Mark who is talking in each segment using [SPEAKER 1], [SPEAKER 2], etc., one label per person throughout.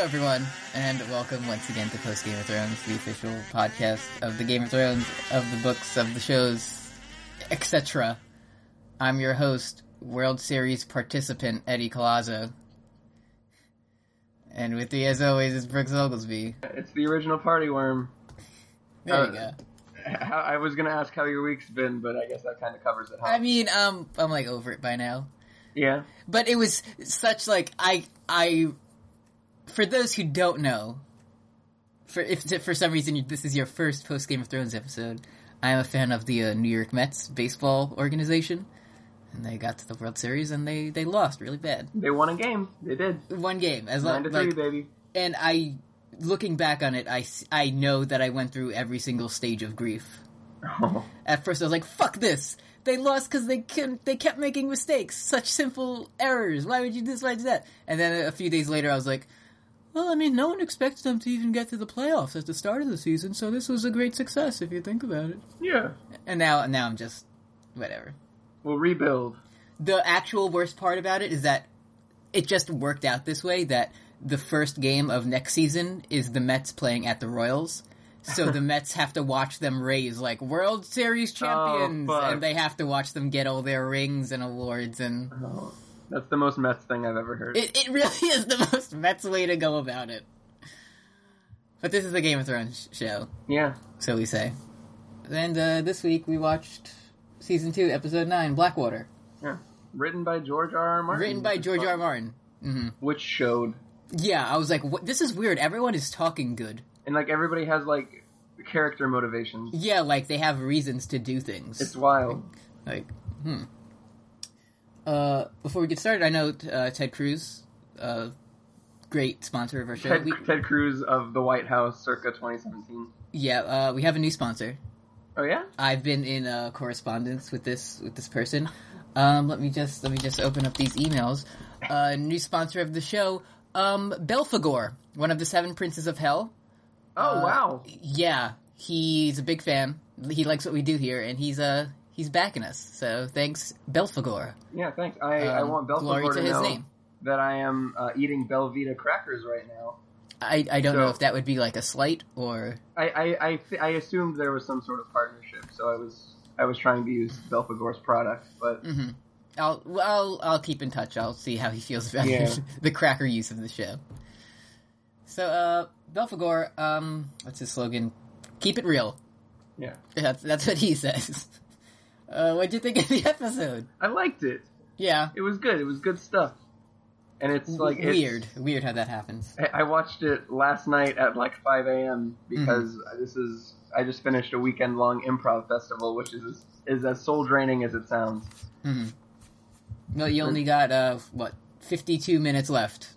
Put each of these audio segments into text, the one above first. [SPEAKER 1] everyone, and welcome once again to Post Game of Thrones, the official podcast of the Game of Thrones, of the books, of the shows, etc. I'm your host, World Series participant Eddie Colazo. And with me, as always, is Brooks Oglesby.
[SPEAKER 2] It's the original party worm.
[SPEAKER 1] There
[SPEAKER 2] Uh,
[SPEAKER 1] you go.
[SPEAKER 2] How, I was gonna ask how your week's been, but I guess that kind of covers it. Huh?
[SPEAKER 1] I mean, um, I'm like over it by now.
[SPEAKER 2] yeah,
[SPEAKER 1] but it was such like I I for those who don't know for if if for some reason you, this is your first post Game of Thrones episode, I am a fan of the uh, New York Mets baseball organization, and they got to the World Series and they they lost really bad
[SPEAKER 2] they won a game. They did
[SPEAKER 1] one game as
[SPEAKER 2] nine
[SPEAKER 1] long
[SPEAKER 2] to three,
[SPEAKER 1] like
[SPEAKER 2] baby.
[SPEAKER 1] and I looking back on it I s- I know that I went through every single stage of grief
[SPEAKER 2] Oh,
[SPEAKER 1] at first, I was like, "Fuck this! They lost because they couldn't. They kept making mistakes. Such simple errors. Why would you do this? Why would you do that?" And then a few days later, I was like, "Well, I mean, no one expected them to even get to the playoffs at the start of the season, so this was a great success if you think about it."
[SPEAKER 2] yeah.
[SPEAKER 1] And now, now I'm just whatever.
[SPEAKER 2] We'll rebuild.
[SPEAKER 1] The actual worst part about it is that it just worked out this way that the first game of next season is the Mets playing at the Royals. So the Mets have to watch them raise like World Series champions
[SPEAKER 2] fuck.
[SPEAKER 1] and they have to watch them get all their rings and awards and
[SPEAKER 2] Oh, that's the most Mets thing I've ever heard.
[SPEAKER 1] it, it really is the most Mets way to go about it. But this is a Game of Thrones sh- show,
[SPEAKER 2] yeah,
[SPEAKER 1] so we say. And uh, this week we watched season 2 episode 9 Blackwater,
[SPEAKER 2] yeah. Written by George R. R. Martin.
[SPEAKER 1] written by George R. R. Martin. hmm
[SPEAKER 2] Which showed,
[SPEAKER 1] Yeah, I was like what this is weird. Everyone is talking good.
[SPEAKER 2] and like everybody has like character motivations.
[SPEAKER 1] Yeah, like they have reasons to do things.
[SPEAKER 2] It's wild.
[SPEAKER 1] like, hmm. Uh, before we get started, I know uh, Ted Cruz, uh, great sponsor of our show.
[SPEAKER 2] Ted,
[SPEAKER 1] We,
[SPEAKER 2] Ted Cruz of the White House, circa 2017.
[SPEAKER 1] yeah, uh, we have a new sponsor.
[SPEAKER 2] Oh yeah,
[SPEAKER 1] I've been in uh, correspondence with this with this person. Um, let me just let me just open up these emails. Uh, new sponsor of the show, um, Belphegor, one of the seven princes of hell. Uh,
[SPEAKER 2] oh wow,
[SPEAKER 1] Yeah, he's a big fan. He likes what we do here, and he's uh he's backing us. So thanks, Belphegor.
[SPEAKER 2] yeah. Thanks. I, I
[SPEAKER 1] Um,
[SPEAKER 2] want
[SPEAKER 1] glory
[SPEAKER 2] Belfort
[SPEAKER 1] to
[SPEAKER 2] to
[SPEAKER 1] his
[SPEAKER 2] know
[SPEAKER 1] name.
[SPEAKER 2] that I am uh, eating Belvita crackers right now.
[SPEAKER 1] I, I don't know
[SPEAKER 2] So-
[SPEAKER 1] if that would be like a slight or
[SPEAKER 2] I, I, I, th- I assumed there was some sort of partnership, so I was I was trying to use Belphegor's product, but
[SPEAKER 1] Mm-hmm. I'll well, I'll I'll keep in touch. I'll see how he feels about
[SPEAKER 2] Yeah.
[SPEAKER 1] the cracker use of the show. So uh Belphegor, um what's his slogan? Keep it real.
[SPEAKER 2] yeah,
[SPEAKER 1] That's that's what he says. Uh what'd you think of the episode?
[SPEAKER 2] I liked it.
[SPEAKER 1] Yeah.
[SPEAKER 2] It was good. It was good stuff, and it's like it's-
[SPEAKER 1] weird. Weird how that happens.
[SPEAKER 2] I, I watched it last night at like 5 a.m. because
[SPEAKER 1] Mm-hmm.
[SPEAKER 2] this is I just finished a weekend long improv festival, which is is as soul draining as it sounds.
[SPEAKER 1] No, you only got uh what, fifty two minutes left.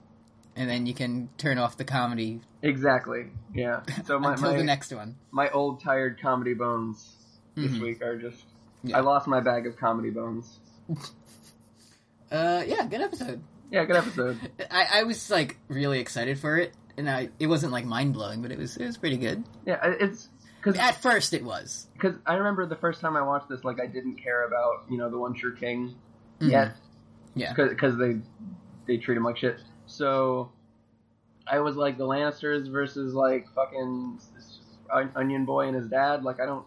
[SPEAKER 1] And then you can turn off the comedy
[SPEAKER 2] Exactly. Yeah. So my
[SPEAKER 1] until
[SPEAKER 2] my,
[SPEAKER 1] the next one.
[SPEAKER 2] my old tired comedy bones this week are just.
[SPEAKER 1] Mm-hmm. Yeah.
[SPEAKER 2] I lost my bag of comedy bones.
[SPEAKER 1] Uh yeah, good episode.
[SPEAKER 2] Yeah, good episode.
[SPEAKER 1] I, I was like really excited for it, and I it wasn't like mind blowing, but it was it was pretty good.
[SPEAKER 2] Yeah, I- it's because
[SPEAKER 1] At first, it was.
[SPEAKER 2] because I remember the first time I watched this, like I didn't care about you know the one true king
[SPEAKER 1] Mm.
[SPEAKER 2] yet
[SPEAKER 1] Mm-hmm. Yeah.
[SPEAKER 2] because they they treat him like shit. So I was like the Lannisters versus like fucking On- Onion Boy and his dad. Like I don't.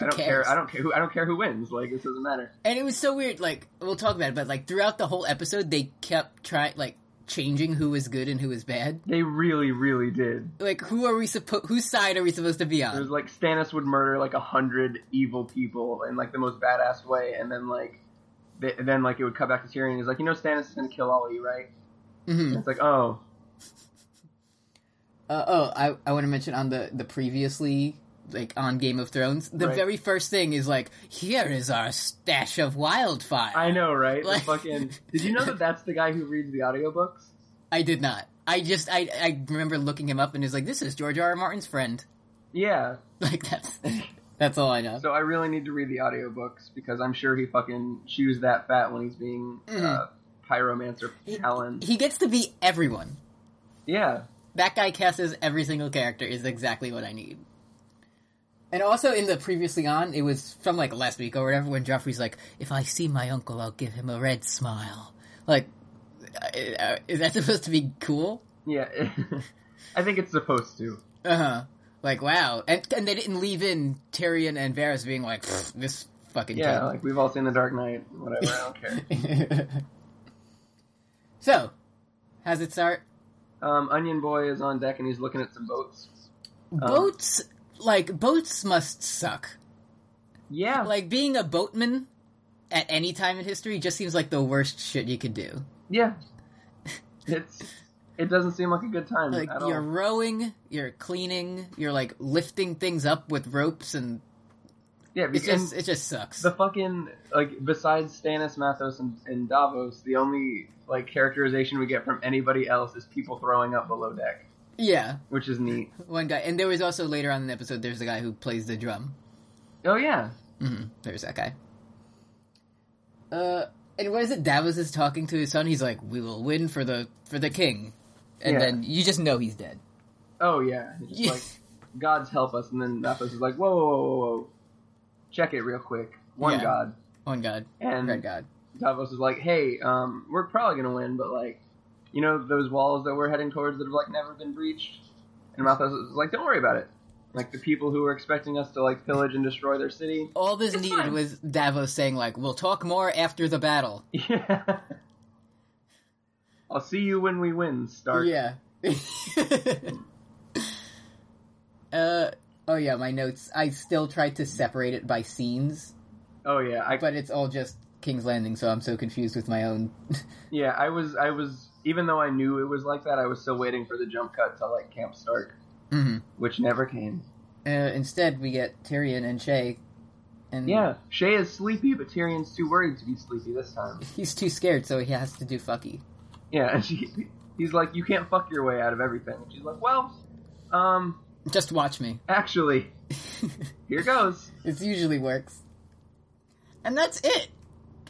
[SPEAKER 2] I don't
[SPEAKER 1] cares?
[SPEAKER 2] care. I don't care. Who, I don't care who wins. Like this doesn't matter.
[SPEAKER 1] And it was so weird. Like we'll talk about it, but like throughout the whole episode, they kept trying like changing who was good and who was bad.
[SPEAKER 2] They really, really did.
[SPEAKER 1] Like who are we supposed? Whose side are we supposed to be
[SPEAKER 2] It was
[SPEAKER 1] on?
[SPEAKER 2] like Stannis would murder like a hundred evil people in like the most badass way, and then like, th- then like it would cut back to Tyrion. He's like, you know, Stannis is gonna kill all of you, right?
[SPEAKER 1] hmm
[SPEAKER 2] And it's like, oh,
[SPEAKER 1] Uh, oh, I I want to mention on the the previously. Like on Game of Thrones, the
[SPEAKER 2] Right.
[SPEAKER 1] very first thing is like, "Here is our stash of wildfire."
[SPEAKER 2] I know, right? The
[SPEAKER 1] Like-
[SPEAKER 2] fucking. Did you know that that's the guy who reads the audiobooks?
[SPEAKER 1] I did not. I just I I remember looking him up and he's like, "This is George R. R. Martin's friend."
[SPEAKER 2] Yeah.
[SPEAKER 1] Like that's that's all I know.
[SPEAKER 2] So I really need to read the audiobooks because I'm sure he fucking chews that fat when he's being uh, pyromancer Helen.
[SPEAKER 1] he gets to be everyone.
[SPEAKER 2] Yeah.
[SPEAKER 1] That guy casts every single character is exactly what I need. And also in the previously on, it was from like last week or whatever when Joffrey's like, "If I see my uncle, I'll give him a red smile." Like, uh, uh, is that supposed to be cool?
[SPEAKER 2] Yeah, I think it's supposed to.
[SPEAKER 1] Uh huh. Like wow, and and they didn't leave in Tyrion and Varys being like "Pfft, this fucking
[SPEAKER 2] Yeah,
[SPEAKER 1] kid."
[SPEAKER 2] like we've all seen The Dark Knight. Whatever, I don't care.
[SPEAKER 1] so, how's it start?
[SPEAKER 2] Um, Onion Boy is on deck and he's looking at some boats.
[SPEAKER 1] boats, like boats, must suck.
[SPEAKER 2] Yeah,
[SPEAKER 1] Like being a boatman at any time in history just seems like the worst shit you could do.
[SPEAKER 2] yeah. It's it doesn't seem like a good time
[SPEAKER 1] Like
[SPEAKER 2] Mm, at
[SPEAKER 1] you're
[SPEAKER 2] all.
[SPEAKER 1] rowing, you're cleaning, you're like lifting things up with ropes, and
[SPEAKER 2] Yeah,
[SPEAKER 1] it just
[SPEAKER 2] because
[SPEAKER 1] it just sucks.
[SPEAKER 2] the fucking like besides Stannis, Mathos, and, and Davos, the only like characterization we get from anybody else is people throwing up below deck,
[SPEAKER 1] yeah,
[SPEAKER 2] which is neat.
[SPEAKER 1] one guy, and there was also later on in the episode. There's the guy who plays the drum.
[SPEAKER 2] Oh yeah,
[SPEAKER 1] hmm There's that guy. Uh, and what is it? Davos is talking to his son. He's like, "We will win for the for the king," and
[SPEAKER 2] Yeah.
[SPEAKER 1] then you just know he's dead.
[SPEAKER 2] oh yeah. It's just
[SPEAKER 1] Yeah.
[SPEAKER 2] like God's help us, and then Mathos is like, whoa, whoa, whoa, whoa, whoa. check it real quick. One
[SPEAKER 1] Yeah.
[SPEAKER 2] God,
[SPEAKER 1] One god,
[SPEAKER 2] and
[SPEAKER 1] red god.
[SPEAKER 2] Davos is like, hey, um, we're probably gonna win, but like, you know those walls that we're heading towards that have like never been breached, and Mathos is like, don't worry about it. Like the people who are expecting us to like pillage and destroy their city.
[SPEAKER 1] All this
[SPEAKER 2] It's
[SPEAKER 1] needed
[SPEAKER 2] fine.
[SPEAKER 1] was Davos saying, "Like, we'll talk more after the battle."
[SPEAKER 2] Yeah. I'll see you when we win, Stark.
[SPEAKER 1] Yeah. uh oh yeah, my notes. I still tried to separate it by scenes,
[SPEAKER 2] Oh yeah, I
[SPEAKER 1] but it's all just King's Landing, so I'm so confused with my own.
[SPEAKER 2] yeah, I was I was even though I knew it was like that, I was still waiting for the jump cut to like Camp Stark,
[SPEAKER 1] Mhm.
[SPEAKER 2] which never came.
[SPEAKER 1] uh, instead, we get Tyrion and Shay, and
[SPEAKER 2] Yeah, Shay is sleepy, but Tyrion's too worried to be sleepy this time.
[SPEAKER 1] He's too scared, so he has to do fucky.
[SPEAKER 2] Yeah, and she, he's like, you can't fuck your way out of everything. And she's like, well, um,
[SPEAKER 1] Just watch me.
[SPEAKER 2] actually, here goes.
[SPEAKER 1] It usually works. And that's it,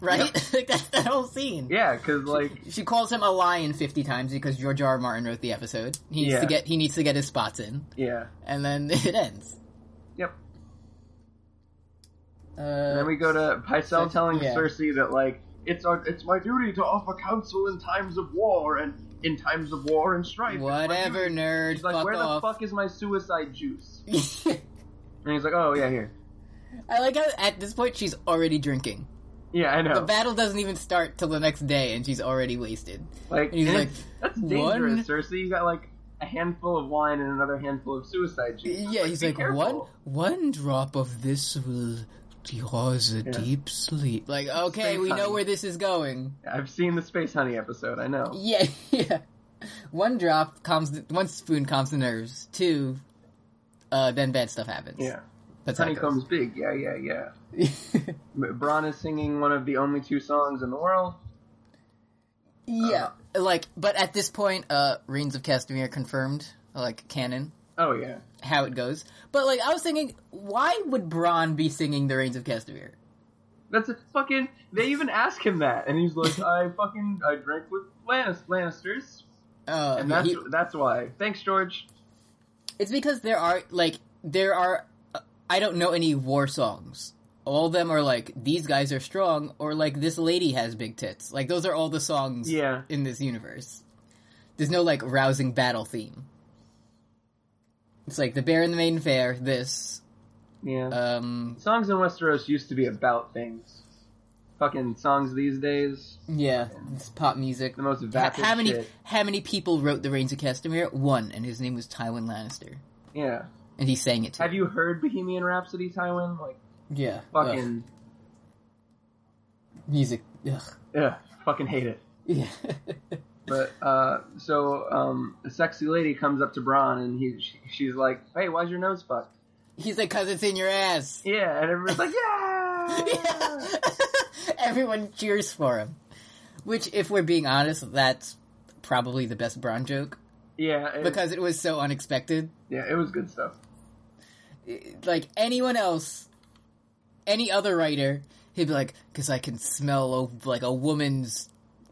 [SPEAKER 1] right? like that's that whole scene.
[SPEAKER 2] Yeah, because like
[SPEAKER 1] She calls him a lion fifty times because George R. R. Martin wrote the episode. He needs
[SPEAKER 2] Yeah.
[SPEAKER 1] to get he needs to get his spots in,
[SPEAKER 2] yeah,
[SPEAKER 1] and then it ends.
[SPEAKER 2] yep.
[SPEAKER 1] Uh,
[SPEAKER 2] And then we go to Pycelle
[SPEAKER 1] Cersei-
[SPEAKER 2] telling
[SPEAKER 1] yeah.
[SPEAKER 2] Cersei that like it's our it's my duty to offer counsel in times of war and in times of war and strife. It's my
[SPEAKER 1] whatever,
[SPEAKER 2] duty."
[SPEAKER 1] nerd.
[SPEAKER 2] She's like,
[SPEAKER 1] fuck
[SPEAKER 2] where
[SPEAKER 1] off.
[SPEAKER 2] the fuck is my suicide juice?
[SPEAKER 1] fuck?
[SPEAKER 2] And he's like, oh yeah, here.
[SPEAKER 1] I like how at this point she's already drinking.
[SPEAKER 2] Yeah, I know.
[SPEAKER 1] The battle doesn't even start till the next day, and she's already wasted.
[SPEAKER 2] like,
[SPEAKER 1] and he's
[SPEAKER 2] and
[SPEAKER 1] like,
[SPEAKER 2] it's- that's
[SPEAKER 1] "One?"
[SPEAKER 2] dangerous, Cersei. You got like a handful of wine and another handful of suicide juice.
[SPEAKER 1] Yeah, he's
[SPEAKER 2] "Be
[SPEAKER 1] like
[SPEAKER 2] careful."
[SPEAKER 1] one one drop of this will cause a deep sleep. Like, okay,
[SPEAKER 2] Space
[SPEAKER 1] we know
[SPEAKER 2] honey.
[SPEAKER 1] where this is going.
[SPEAKER 2] I've seen the Space Honey episode. I know.
[SPEAKER 1] Yeah, yeah. One drop calms, the, one spoon calms the nerves. Two, uh, then bad stuff happens.
[SPEAKER 2] Yeah,
[SPEAKER 1] that's how it
[SPEAKER 2] honeycomb's big. Yeah, yeah, yeah.
[SPEAKER 1] goes.
[SPEAKER 2] Bron is singing one of the only two songs in the world.
[SPEAKER 1] yeah, like, but at this point, uh, Reigns of Castamere confirmed, like, canon.
[SPEAKER 2] Oh yeah.
[SPEAKER 1] How it goes, but like I was thinking, why would Braun be singing the Reigns of Castamere?
[SPEAKER 2] That's a fucking. They even ask him that, and he's like, "I fucking I drank with Lannis- Lannisters,
[SPEAKER 1] Uh,
[SPEAKER 2] and
[SPEAKER 1] yeah,
[SPEAKER 2] that's
[SPEAKER 1] he-
[SPEAKER 2] that's why." Thanks, George.
[SPEAKER 1] It's because there are like there are uh, I don't know any war songs. All of them are like these guys are strong or like this lady has big tits. Like those are all the songs
[SPEAKER 2] Yeah.
[SPEAKER 1] in this universe. There's no like rousing battle theme. It's like the bear and the maiden fair, this
[SPEAKER 2] Yeah.
[SPEAKER 1] um
[SPEAKER 2] songs in Westeros used to be about things. Fucking songs these days,
[SPEAKER 1] yeah, it's pop music.
[SPEAKER 2] the most
[SPEAKER 1] How,
[SPEAKER 2] vapid
[SPEAKER 1] how many
[SPEAKER 2] shit.
[SPEAKER 1] how many people wrote the Reigns of Castamere? One, and his name was Tywin Lannister,
[SPEAKER 2] Yeah.
[SPEAKER 1] and he sang it. Too.
[SPEAKER 2] Have you heard Bohemian Rhapsody, Tywin? Like
[SPEAKER 1] yeah, ugh,
[SPEAKER 2] fucking,
[SPEAKER 1] music. Ugh.
[SPEAKER 2] yeah, fucking hate it.
[SPEAKER 1] Yeah.
[SPEAKER 2] But uh, so um, a sexy lady comes up to Bron, and he she, she's like, "Hey, why's your nose fucked?"
[SPEAKER 1] He's like, cause it's in your ass.
[SPEAKER 2] Yeah, and everyone's like, "Yeah."
[SPEAKER 1] Everyone cheers for him. Which, if we're being honest, that's probably the best Braun joke
[SPEAKER 2] Yeah, it-
[SPEAKER 1] because it was so unexpected.
[SPEAKER 2] yeah, it was good stuff.
[SPEAKER 1] It- Like anyone else, any other writer, he'd be like, "Cause I can smell a, like a woman's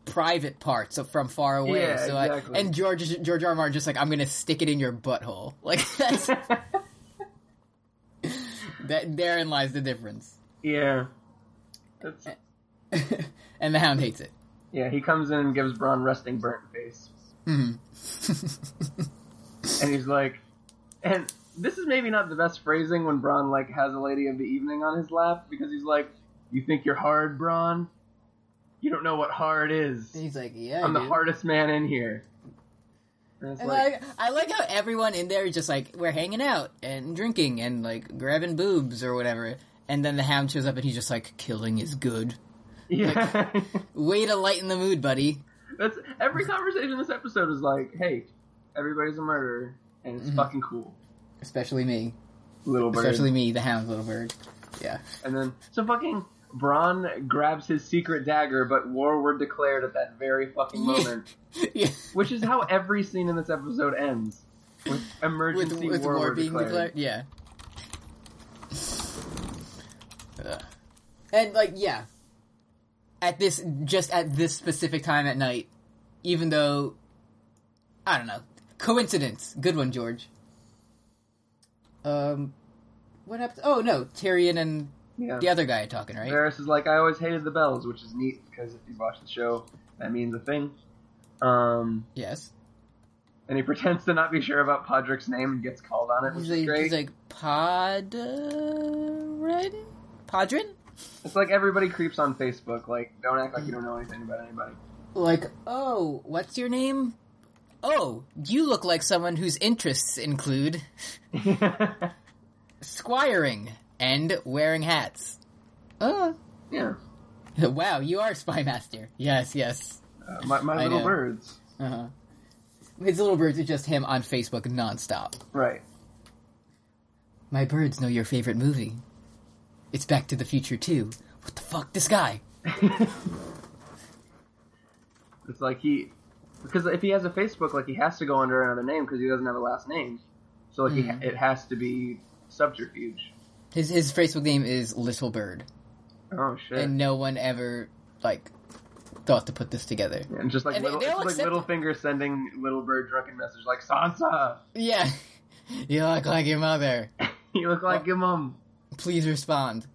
[SPEAKER 1] private parts of- from far away."
[SPEAKER 2] Yeah,
[SPEAKER 1] so I,
[SPEAKER 2] exactly.
[SPEAKER 1] and George George R. R. Martin just like, "I'm gonna stick it in your butthole." Like that's that. Therein lies the difference.
[SPEAKER 2] yeah. That's,
[SPEAKER 1] and the Hound hates it.
[SPEAKER 2] yeah, he comes in and gives Braun resting burnt face. and he's like, and this is maybe not the best phrasing when Braun like has a lady of the evening on his lap because he's like, "You think you're hard, Braun? You don't know what hard is.
[SPEAKER 1] And he's like, yeah,
[SPEAKER 2] I'm the
[SPEAKER 1] dude.
[SPEAKER 2] hardest man in here." And it's
[SPEAKER 1] And
[SPEAKER 2] like,
[SPEAKER 1] like, I like how everyone in there is just like we're hanging out and drinking and like grabbing boobs or whatever, and then the hound shows up and he's just like, "Killing is good."
[SPEAKER 2] yeah,
[SPEAKER 1] Way to lighten the mood, buddy.
[SPEAKER 2] that's every conversation this episode is like, "Hey, everybody's a murderer, and
[SPEAKER 1] Mm-hmm.
[SPEAKER 2] it's fucking cool."
[SPEAKER 1] Especially me.
[SPEAKER 2] Little bird.
[SPEAKER 1] Especially me, the hound, little bird. Yeah.
[SPEAKER 2] And then, so fucking Braun grabs his secret dagger, but war were declared at that very fucking moment,
[SPEAKER 1] yeah.
[SPEAKER 2] which is how every scene in this episode ends with
[SPEAKER 1] With,
[SPEAKER 2] emergency
[SPEAKER 1] with
[SPEAKER 2] war,
[SPEAKER 1] war
[SPEAKER 2] were
[SPEAKER 1] being
[SPEAKER 2] declared.
[SPEAKER 1] declared. Yeah. Ugh. And like, yeah. At this, just at this specific time at night, even though, I don't know, coincidence. Good one, George. Um, what happened? Oh no, Tyrion and
[SPEAKER 2] Yeah.
[SPEAKER 1] the other guy are talking, right?
[SPEAKER 2] Varys is like, I always hated the bells, which is neat because if you watch the show, that means a thing. Um,
[SPEAKER 1] Yes.
[SPEAKER 2] and he pretends to not be sure about Podrick's name and gets called on it, which
[SPEAKER 1] He's
[SPEAKER 2] is
[SPEAKER 1] like,
[SPEAKER 2] great.
[SPEAKER 1] he's like Podren? Podrin?
[SPEAKER 2] it's like everybody creeps on Facebook. Like, don't act like you don't know anything about anybody.
[SPEAKER 1] Like, oh, what's your name? Oh, you look like someone whose interests include squiring and wearing hats. Oh,
[SPEAKER 2] yeah,
[SPEAKER 1] wow, you are Spy Master. Yes, yes.
[SPEAKER 2] uh, my, my
[SPEAKER 1] I
[SPEAKER 2] little
[SPEAKER 1] know.
[SPEAKER 2] birds.
[SPEAKER 1] Uh-huh. His little birds are just him on Facebook nonstop.
[SPEAKER 2] Right.
[SPEAKER 1] My birds know your favorite movie. It's Back to the Future 2. What the fuck, this guy?
[SPEAKER 2] It's like he, because if he has a Facebook, like he has to go under another name because he doesn't have a last name. So like
[SPEAKER 1] Hmm.
[SPEAKER 2] he ha it has to be subterfuge.
[SPEAKER 1] His his Facebook name is Little Bird.
[SPEAKER 2] Oh shit!
[SPEAKER 1] and
[SPEAKER 2] And,
[SPEAKER 1] no one ever like thought to put this together.
[SPEAKER 2] just like
[SPEAKER 1] and
[SPEAKER 2] little,
[SPEAKER 1] they'll
[SPEAKER 2] it's like
[SPEAKER 1] accept it.
[SPEAKER 2] little finger sending little bird drunken message like Sansa,
[SPEAKER 1] Yeah, you look like your mother.
[SPEAKER 2] you look like your mom.
[SPEAKER 1] Please respond.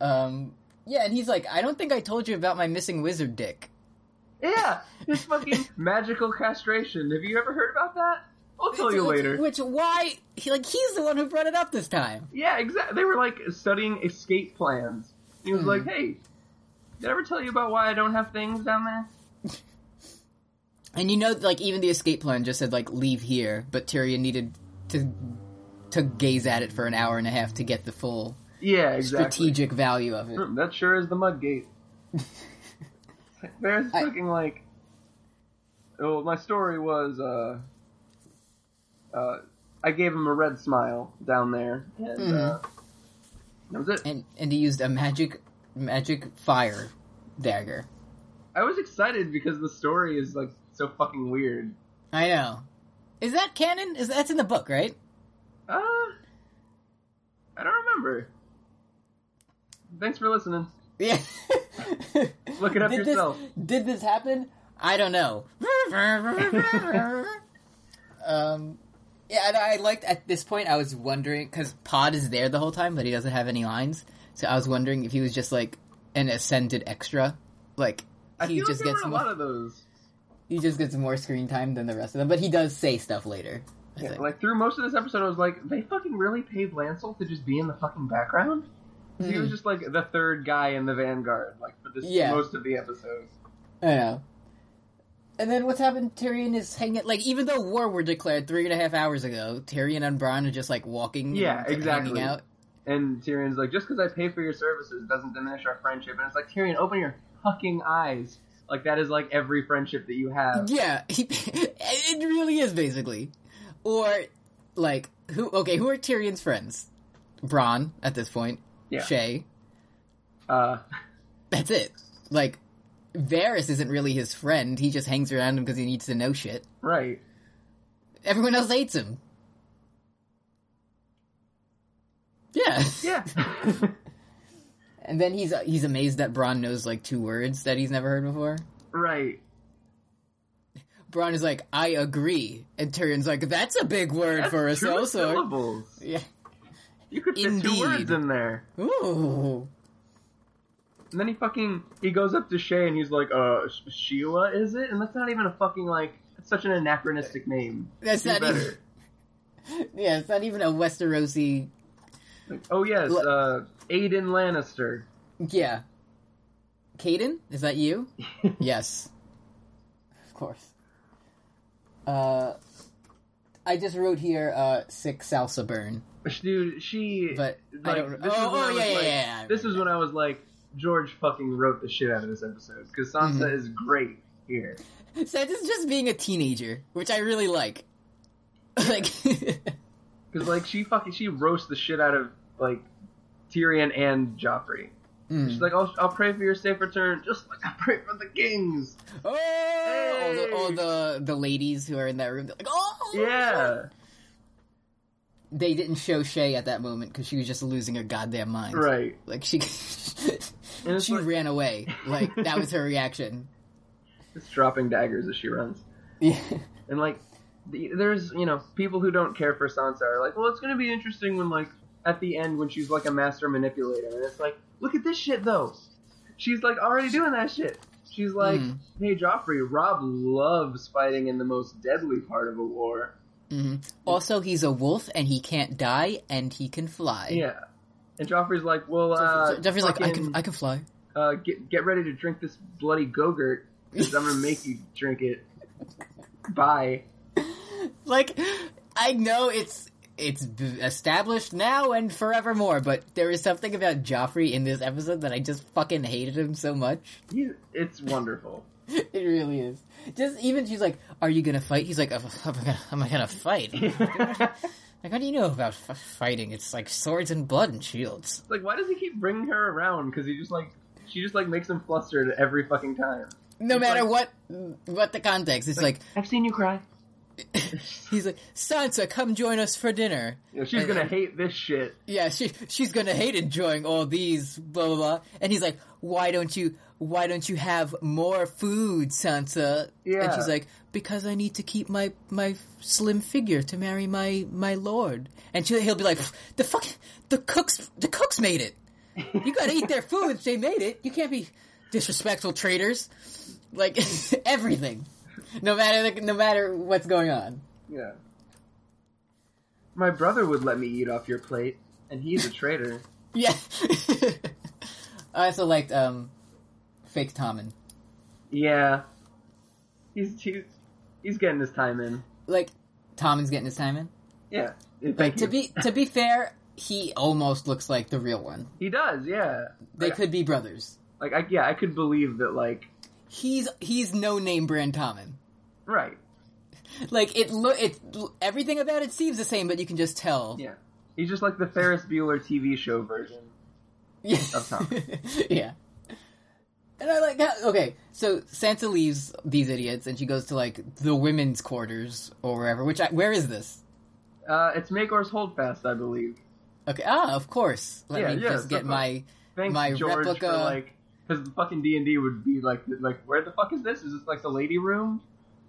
[SPEAKER 1] Um, yeah, and he's like, I don't think I told you about my missing wizard dick.
[SPEAKER 2] Yeah, this fucking magical castration. Have you ever heard about that? I'll tell you
[SPEAKER 1] Which-
[SPEAKER 2] later.
[SPEAKER 1] Which why he, like he's the one who brought it up this time.
[SPEAKER 2] Yeah, exactly. They were like studying escape plans. He was like, "Hey, did I ever tell you about why I don't have things down there?"
[SPEAKER 1] And you know, like even the escape plan just said like leave here, but Tyrion needed to to gaze at it for an hour and a half to get the full
[SPEAKER 2] Yeah, exactly.
[SPEAKER 1] strategic value of it.
[SPEAKER 2] Hmm, That sure is the mud gate. There's
[SPEAKER 1] I-
[SPEAKER 2] fucking like. Oh, my story was uh, uh, I gave him a red smile down there, and uh,
[SPEAKER 1] Mm-hmm.
[SPEAKER 2] that was it.
[SPEAKER 1] And and he used a magic magic fire dagger.
[SPEAKER 2] I was excited because the story is like so fucking weird.
[SPEAKER 1] I know. Is that canon? Is that's in the book, right?
[SPEAKER 2] Uh, I don't remember. Thanks for listening.
[SPEAKER 1] Yeah.
[SPEAKER 2] Look it up
[SPEAKER 1] did
[SPEAKER 2] yourself.
[SPEAKER 1] This, did this happen? I don't know. um, yeah, and I liked at this point. I was wondering because Pod is there the whole time, but he doesn't have any lines. So I was wondering if he was just like an ascended extra, like
[SPEAKER 2] I
[SPEAKER 1] he
[SPEAKER 2] feel
[SPEAKER 1] just
[SPEAKER 2] like there
[SPEAKER 1] gets
[SPEAKER 2] were a
[SPEAKER 1] more,
[SPEAKER 2] lot of those.
[SPEAKER 1] he just gets more screen time than the rest of them. But he does say stuff later. I
[SPEAKER 2] Yeah,
[SPEAKER 1] think.
[SPEAKER 2] like through most of this episode, I was like, they fucking really paid Lancel to just be in the fucking background. He was just like the third guy in the vanguard, like for this
[SPEAKER 1] Hmm. Yeah.
[SPEAKER 2] most of the episode.
[SPEAKER 1] I know. Oh, And then what's happened? Tyrion is hanging. Like, even though war were declared three and a half hours ago, Tyrion and Bronn are just like walking.
[SPEAKER 2] Yeah,
[SPEAKER 1] and
[SPEAKER 2] exactly.
[SPEAKER 1] Hanging out.
[SPEAKER 2] And Tyrion's like, just because I pay for your services doesn't diminish our friendship. And it's like, Tyrion, open your fucking eyes. Like that is like every friendship that you have.
[SPEAKER 1] Yeah, he, it really is basically. Or like who? Okay, who are Tyrion's friends? Bronn at this point.
[SPEAKER 2] Yeah.
[SPEAKER 1] Shay.
[SPEAKER 2] Uh,
[SPEAKER 1] That's it. Like, Varys isn't really his friend. He just hangs around him because he needs to know shit.
[SPEAKER 2] right.
[SPEAKER 1] Everyone else hates him. Yeah.
[SPEAKER 2] Yeah.
[SPEAKER 1] And then he's uh, he's amazed that Braun knows like two words that he's never heard before.
[SPEAKER 2] right.
[SPEAKER 1] Braun is like, "I agree," and Tyrion's like, "That's a big word for a
[SPEAKER 2] That's two
[SPEAKER 1] cell sword."
[SPEAKER 2] syllables.
[SPEAKER 1] Yeah.
[SPEAKER 2] You could fit two
[SPEAKER 1] Indeed.
[SPEAKER 2] words in there.
[SPEAKER 1] Ooh.
[SPEAKER 2] And then he fucking he goes up to Shay and he's like, "Uh, Sh- Sheila, is it?" And that's not even a fucking like. That's such an anachronistic name.
[SPEAKER 1] That's
[SPEAKER 2] Do
[SPEAKER 1] not
[SPEAKER 2] better.
[SPEAKER 1] even. Yeah, it's not even a Westerosi.
[SPEAKER 2] Like, oh yes,
[SPEAKER 1] Le-
[SPEAKER 2] uh, Aiden Lannister.
[SPEAKER 1] Yeah. Caden, is that you? yes. Of course. Uh, I just wrote here uh, sick salsa burn.
[SPEAKER 2] Dude, she.
[SPEAKER 1] But I
[SPEAKER 2] like,
[SPEAKER 1] don't re-
[SPEAKER 2] this is
[SPEAKER 1] oh,
[SPEAKER 2] when
[SPEAKER 1] oh,
[SPEAKER 2] I was
[SPEAKER 1] yeah, yeah,
[SPEAKER 2] like-
[SPEAKER 1] yeah, I
[SPEAKER 2] This is
[SPEAKER 1] remember
[SPEAKER 2] when I was like, George fucking wrote the shit out of this episode because Sansa
[SPEAKER 1] Mm-hmm.
[SPEAKER 2] is great here.
[SPEAKER 1] Santa's just being a teenager, which I really like. like,
[SPEAKER 2] Because like she fucking she roasts the shit out of like Tyrion and Joffrey.
[SPEAKER 1] Hmm.
[SPEAKER 2] She's like, I'll, I'll pray for your safe return, just like I pray for the kings.
[SPEAKER 1] oh, all, the, all the the ladies who are in that room, they're like, oh,
[SPEAKER 2] Yeah,
[SPEAKER 1] They didn't show Shay at that moment because she was just losing her goddamn mind.
[SPEAKER 2] right.
[SPEAKER 1] Like she,
[SPEAKER 2] And it's
[SPEAKER 1] she
[SPEAKER 2] like-
[SPEAKER 1] ran away. Like that was her reaction.
[SPEAKER 2] It's dropping daggers as she runs,
[SPEAKER 1] Yeah.
[SPEAKER 2] and like, the, there's you know people who don't care for Sansa are like, well, it's gonna be interesting when like at the end when she's like a master manipulator, and it's like, look at this shit though. She's like already doing that shit. She's like,
[SPEAKER 1] Mm.
[SPEAKER 2] hey Joffrey, Rob loves fighting in the most deadly part of a war.
[SPEAKER 1] hmm Also, he's a wolf and he can't die and he can fly.
[SPEAKER 2] Yeah. And Joffrey's like, well, uh,
[SPEAKER 1] So Jeffrey's like, I
[SPEAKER 2] fucking,
[SPEAKER 1] can, I can fly.
[SPEAKER 2] uh, get get ready to drink this bloody gogurt because I'm gonna make you drink it. Bye.
[SPEAKER 1] like I know it's it's b- established now and forevermore, but there is something about Joffrey in this episode that I just fucking hated him so much.
[SPEAKER 2] He, it's wonderful.
[SPEAKER 1] It really is. Just even she's like, "Are you gonna fight?" He's like, "Am I gonna, am I gonna fight?"
[SPEAKER 2] it's like,
[SPEAKER 1] like, how do you know about f- fighting? It's like swords and blood and shields.
[SPEAKER 2] why does he keep bringing her around? Because he just like she just like makes him flustered every fucking time.
[SPEAKER 1] No
[SPEAKER 2] It's
[SPEAKER 1] matter what what the context, it's like,
[SPEAKER 2] I've seen you cry.
[SPEAKER 1] he's like, "Sansa, come join us for dinner."
[SPEAKER 2] You know, she's gonna hate this shit.
[SPEAKER 1] yeah, she she's gonna hate enjoying all these blah blah blah. And he's like, why don't you why don't you have more food, Sansa? And
[SPEAKER 2] Yeah.
[SPEAKER 1] she's like, because I need to keep my my slim figure to marry my my lord. And she, he'll be like, the fuck, the cooks the cooks made it. You gotta eat their food. if They made it. You can't be disrespectful traitors. Like everything, no matter no matter what's going on.
[SPEAKER 2] Yeah. My brother would let me eat off your plate, and he's a traitor.
[SPEAKER 1] Yeah. I also liked um, fake Tommen.
[SPEAKER 2] yeah. He's he's he's getting his time in.
[SPEAKER 1] Like Tommen's getting his time in.
[SPEAKER 2] Yeah. Thank
[SPEAKER 1] Like to
[SPEAKER 2] you.
[SPEAKER 1] be to be fair, he almost looks like the real one.
[SPEAKER 2] He does, yeah.
[SPEAKER 1] They
[SPEAKER 2] like,
[SPEAKER 1] could be brothers.
[SPEAKER 2] like, I, yeah, I could believe that, like,
[SPEAKER 1] He's he's no name brand Tommen.
[SPEAKER 2] right,
[SPEAKER 1] Like it look it everything about it seems the same, but you can just tell.
[SPEAKER 2] yeah. He's just like the Ferris Bueller TV show version.
[SPEAKER 1] Yeah.
[SPEAKER 2] Of
[SPEAKER 1] yeah. And I like how, okay, so Sansa leaves these idiots and she goes to like the women's quarters or wherever, which I, where is this?
[SPEAKER 2] Uh, it's Magor's Holdfast, I believe.
[SPEAKER 1] Okay. Ah, of course. Let
[SPEAKER 2] Yeah,
[SPEAKER 1] me
[SPEAKER 2] yeah,
[SPEAKER 1] just get
[SPEAKER 2] so-
[SPEAKER 1] my.
[SPEAKER 2] Thanks,
[SPEAKER 1] My
[SPEAKER 2] George,
[SPEAKER 1] replica-
[SPEAKER 2] for like, because the fucking D and D would be like, th- like, where the fuck is this? Is this like the lady room?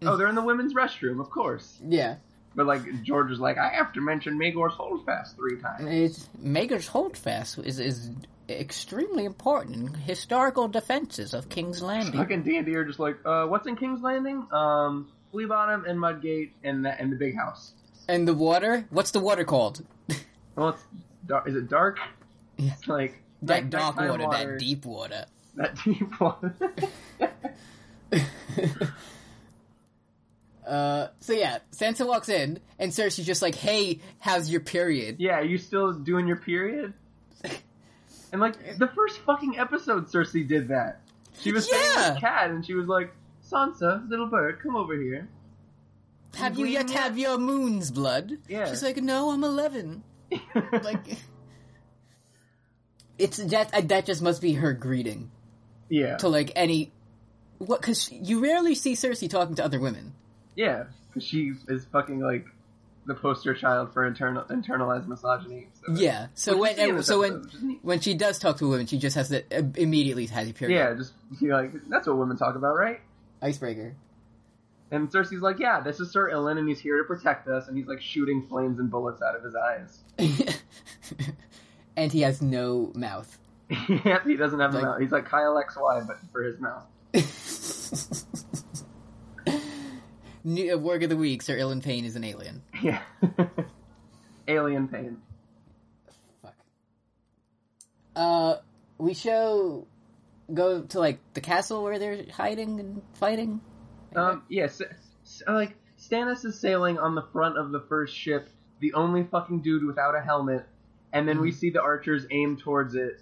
[SPEAKER 2] Oh, they're in the women's restroom, of course.
[SPEAKER 1] Yeah.
[SPEAKER 2] But like, George is like, I have to mention Magor's Holdfast three times.
[SPEAKER 1] It's, Mager's Holdfast is is extremely important in historical defenses of King's Landing.
[SPEAKER 2] Fucking D and D are just like, uh, what's in King's Landing? Um, Flea Bottom and Mudgate and the, and the big house.
[SPEAKER 1] And the water? What's the water called?
[SPEAKER 2] Well, it's dark. Is it dark?
[SPEAKER 1] Yeah.
[SPEAKER 2] It's like
[SPEAKER 1] That dark
[SPEAKER 2] nighttime
[SPEAKER 1] water, that deep water.
[SPEAKER 2] that deep water.
[SPEAKER 1] Uh, so yeah, Sansa walks in, and Cersei's just like, "Hey, how's your period?"
[SPEAKER 2] yeah, you still doing your period? And like the first fucking episode, Cersei did that. She was
[SPEAKER 1] Yeah.
[SPEAKER 2] saying the cat, and she was like, "Sansa, little bird, come over here."
[SPEAKER 1] Have you yet
[SPEAKER 2] Bleeding
[SPEAKER 1] have your moon's blood?
[SPEAKER 2] Yeah.
[SPEAKER 1] She's like, "No, I'm 11." Like, it's that uh, that just must be her greeting.
[SPEAKER 2] yeah,
[SPEAKER 1] to like any what because you rarely see cersei talking to other women
[SPEAKER 2] yeah, 'cause she is fucking like the poster child for internal internalized misogyny. So.
[SPEAKER 1] yeah so
[SPEAKER 2] Which you see in
[SPEAKER 1] when
[SPEAKER 2] this
[SPEAKER 1] so
[SPEAKER 2] episode,
[SPEAKER 1] when
[SPEAKER 2] which is neat.
[SPEAKER 1] when she does talk to a woman she just has to uh, immediately has a period
[SPEAKER 2] yeah, just you know, like that's what women talk about, right?
[SPEAKER 1] icebreaker
[SPEAKER 2] And Cersei's like, yeah, this is Sir Ellen, and he's here to protect us, and he's like shooting flames and bullets out of his eyes.
[SPEAKER 1] and he has no mouth
[SPEAKER 2] yeah, he doesn't have a
[SPEAKER 1] Like-
[SPEAKER 2] mouth. He's like Kyle XY, but for his mouth.
[SPEAKER 1] New, uh, work of the week: Sir Ilan Payne is an alien.
[SPEAKER 2] Yeah. Alien pain.
[SPEAKER 1] Fuck. Uh, we show go to like the castle where they're hiding and fighting.
[SPEAKER 2] Um, yes, like Stannis is sailing on the front of the first ship, the only fucking dude without a helmet, and then we
[SPEAKER 1] Mm-hmm.
[SPEAKER 2] see the archers aim towards it.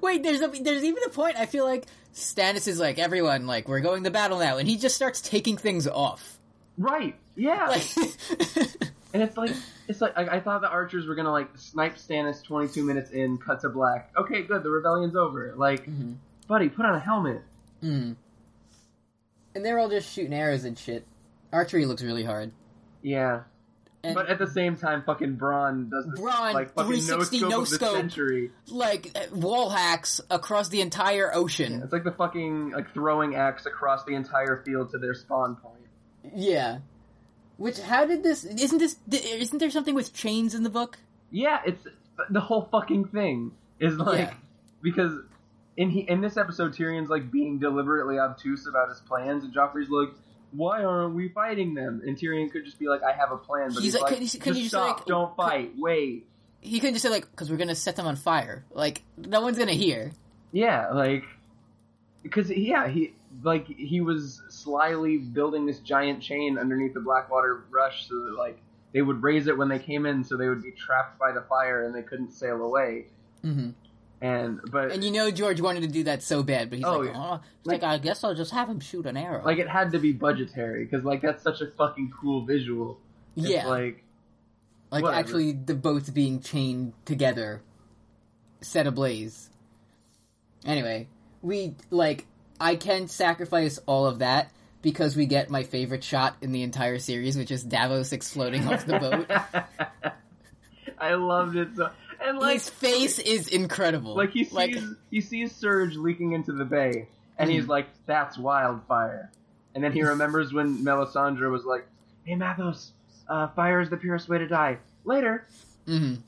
[SPEAKER 1] Wait, there's a, there's even a point. I feel like Stannis is like everyone, like we're going to battle now, and he just starts taking things off.
[SPEAKER 2] Right. Yeah.
[SPEAKER 1] Like,
[SPEAKER 2] and it's like it's like I, I thought the archers were gonna like snipe Stannis 22 minutes in, cut to black. Okay, good. The rebellion's over. Like, buddy, put on a helmet.
[SPEAKER 1] mm. and they're all just shooting arrows and shit. Archery looks really hard.
[SPEAKER 2] Yeah.
[SPEAKER 1] And
[SPEAKER 2] but at the same time, fucking Braun does this
[SPEAKER 1] Braun,
[SPEAKER 2] like fucking no
[SPEAKER 1] 360
[SPEAKER 2] scope of the
[SPEAKER 1] no-scope.
[SPEAKER 2] century.
[SPEAKER 1] like uh, wall hacks across the entire ocean.
[SPEAKER 2] It's like the fucking like throwing axe across the entire field to their spawn point.
[SPEAKER 1] Yeah. Which how did this isn't this isn't there something with chains in the book?
[SPEAKER 2] Yeah, it's the whole fucking thing is like
[SPEAKER 1] Yeah.
[SPEAKER 2] because in he, in this episode Tyrion's like being deliberately obtuse about his plans, and Joffrey's like, "Why aren't we fighting them?" And Tyrion could just be like, "I have a plan," but
[SPEAKER 1] He's
[SPEAKER 2] he's,
[SPEAKER 1] like,
[SPEAKER 2] like,
[SPEAKER 1] "Can you-
[SPEAKER 2] just
[SPEAKER 1] can you just,
[SPEAKER 2] stop,
[SPEAKER 1] like,
[SPEAKER 2] don't fight, wait."
[SPEAKER 1] He couldn't just say like cuz we're going to set them on fire. Like no one's going to hear.
[SPEAKER 2] Yeah, like because yeah, he like he was slyly building this giant chain underneath the Blackwater Rush so that like they would raise it when they came in, so they would be trapped by the fire and they couldn't sail away.
[SPEAKER 1] Mhm.
[SPEAKER 2] And but
[SPEAKER 1] And you know George wanted to do that so bad, but he's
[SPEAKER 2] Oh,
[SPEAKER 1] like,
[SPEAKER 2] yeah.
[SPEAKER 1] "Oh, it's like, I guess I'll just have him shoot an arrow."
[SPEAKER 2] like it had to be budgetary because like that's such a fucking cool visual. It's
[SPEAKER 1] yeah. Like,
[SPEAKER 2] like whatever.
[SPEAKER 1] actually the boats being chained together set ablaze. Anyway, we like I can sacrifice all of that because we get my favorite shot in the entire series, which is Davos exploding off the boat.
[SPEAKER 2] I loved it so. And like
[SPEAKER 1] His face is incredible.
[SPEAKER 2] like he sees he sees Surge leaking into the bay, and
[SPEAKER 1] Hmm.
[SPEAKER 2] he's like, "That's wildfire." And then he remembers when Melisandre was like, "Hey Mathos, uh, fire is the purest way to die." Later,
[SPEAKER 1] mhm.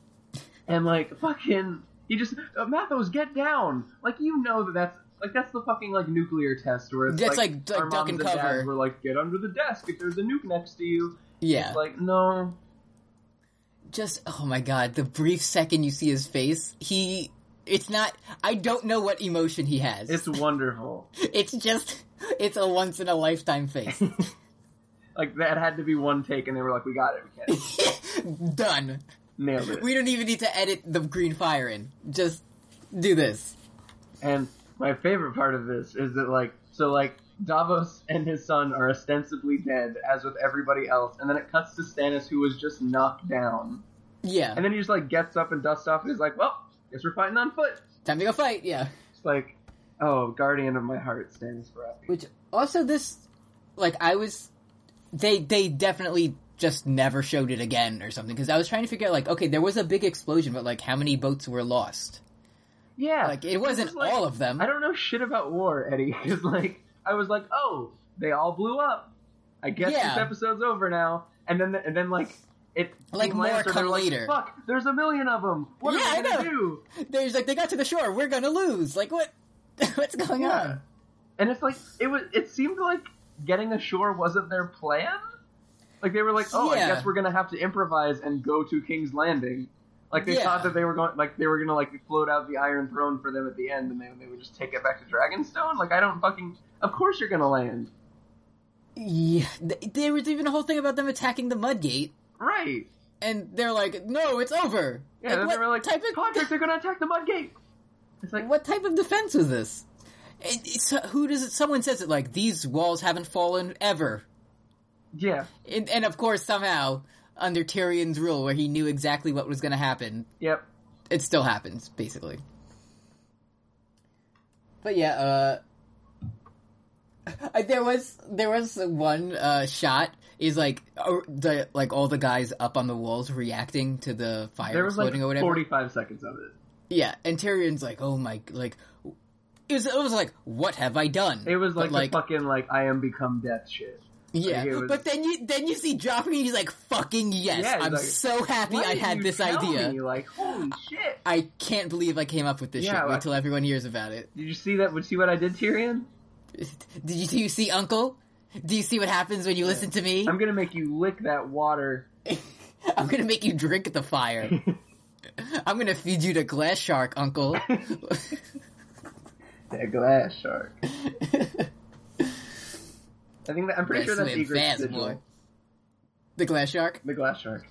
[SPEAKER 2] and like fucking, he just uh, Mathos, get down! Like you know that that's like that's the fucking like nuclear test where it's
[SPEAKER 1] That's
[SPEAKER 2] like,
[SPEAKER 1] like- like
[SPEAKER 2] our
[SPEAKER 1] duck
[SPEAKER 2] moms
[SPEAKER 1] and
[SPEAKER 2] dads
[SPEAKER 1] cover.
[SPEAKER 2] We're like, get under the desk if there's a nuke next to you.
[SPEAKER 1] yeah.
[SPEAKER 2] It's like no,
[SPEAKER 1] Just oh my god, the brief second you see his face, he it's not I don't know what emotion he has.
[SPEAKER 2] it's wonderful.
[SPEAKER 1] It's just it's a once in a lifetime face.
[SPEAKER 2] like that had to be one take, and they were like, "We got it, we can
[SPEAKER 1] Done.
[SPEAKER 2] nailed it."
[SPEAKER 1] We don't even need to edit the green fire in. Just do this.
[SPEAKER 2] And my favorite part of this is that like so like Davos and his son are ostensibly dead, as with everybody else, and then it cuts to Stannis who was just knocked down.
[SPEAKER 1] Yeah.
[SPEAKER 2] And then he just like gets up and dusts off and is like, Well, guess we're fighting on foot.
[SPEAKER 1] Time to go fight, yeah.
[SPEAKER 2] It's like, Oh, guardian of my heart, Stannis Baratheon.
[SPEAKER 1] Which also this like I was they they definitely just never showed it again or something because I was trying to figure out like okay there was a big explosion but like how many boats were lost
[SPEAKER 2] Yeah.
[SPEAKER 1] like
[SPEAKER 2] this
[SPEAKER 1] it wasn't
[SPEAKER 2] is, like-
[SPEAKER 1] all of them
[SPEAKER 2] I don't know shit about war, Eddie, 'cause, like I was like, Oh, they all blew up. I guess
[SPEAKER 1] Yeah.
[SPEAKER 2] this episode's over now. And then and then like it
[SPEAKER 1] Like,
[SPEAKER 2] came
[SPEAKER 1] more
[SPEAKER 2] later,
[SPEAKER 1] come
[SPEAKER 2] they're like,
[SPEAKER 1] later.
[SPEAKER 2] Fuck, there's a million of them. What
[SPEAKER 1] Yeah,
[SPEAKER 2] are
[SPEAKER 1] I
[SPEAKER 2] we gonna
[SPEAKER 1] know.
[SPEAKER 2] do?
[SPEAKER 1] There's like they got to the shore we're gonna lose like what what's going on
[SPEAKER 2] And it's like it was. It seemed like getting ashore wasn't their plan. Like they were like, oh,
[SPEAKER 1] Yeah.
[SPEAKER 2] I guess we're gonna have to improvise and go to King's Landing. Like they
[SPEAKER 1] Yeah.
[SPEAKER 2] thought that they were going, like they were gonna like float out the Iron Throne for them at the end, and they they would just take it back to Dragonstone. Like I don't fucking. Of course you're gonna land.
[SPEAKER 1] yeah th- there was even a whole thing about them attacking the mud gate
[SPEAKER 2] Right.
[SPEAKER 1] and they're like no it's over
[SPEAKER 2] Yeah.
[SPEAKER 1] like,
[SPEAKER 2] then
[SPEAKER 1] what
[SPEAKER 2] they were like,
[SPEAKER 1] type of
[SPEAKER 2] Podrick, they're gonna attack the Mud Gate. It's like
[SPEAKER 1] what type of defense was this it, it's, uh, who does it someone says it like these walls haven't fallen ever
[SPEAKER 2] yeah,
[SPEAKER 1] And, and of course, somehow, under Tyrion's rule, where he knew exactly what was going to happen,
[SPEAKER 2] yep.
[SPEAKER 1] it still happens, basically. But yeah, uh. I- There was there was one uh, shot is like uh, the like all the guys up on the walls reacting to the fire
[SPEAKER 2] There was like
[SPEAKER 1] exploding or whatever.
[SPEAKER 2] 45 seconds of it.
[SPEAKER 1] Yeah, and Tyrion's like, "Oh my!" Like it was it was like, "What have I done?"
[SPEAKER 2] It was
[SPEAKER 1] But,
[SPEAKER 2] like, the fucking like I am become death shit.
[SPEAKER 1] Yeah,
[SPEAKER 2] Like, it was-
[SPEAKER 1] but then you then you see Joffrey, and he's like, "Fucking yes!
[SPEAKER 2] Yeah, he's
[SPEAKER 1] I'm
[SPEAKER 2] like,
[SPEAKER 1] so happy
[SPEAKER 2] Why
[SPEAKER 1] I
[SPEAKER 2] didn't
[SPEAKER 1] had
[SPEAKER 2] you
[SPEAKER 1] this
[SPEAKER 2] tell
[SPEAKER 1] idea.
[SPEAKER 2] me? Like, holy shit!
[SPEAKER 1] I can't believe I came up with this
[SPEAKER 2] Yeah,
[SPEAKER 1] shit. Wait
[SPEAKER 2] like-
[SPEAKER 1] till everyone hears about it.
[SPEAKER 2] Did you see that? Would you see what I did, Tyrion?
[SPEAKER 1] Did you, do you see Uncle? Do you see what happens when you listen to me?
[SPEAKER 2] I'm gonna make you lick that water.
[SPEAKER 1] I'm gonna make you drink the fire. I'm gonna feed you to glass shark, Uncle.
[SPEAKER 2] That glass shark. I think that I'm pretty sure
[SPEAKER 1] Gotta
[SPEAKER 2] that's
[SPEAKER 1] swim
[SPEAKER 2] Egret's
[SPEAKER 1] fast,
[SPEAKER 2] sigil.
[SPEAKER 1] boy. the glass shark.
[SPEAKER 2] The glass shark.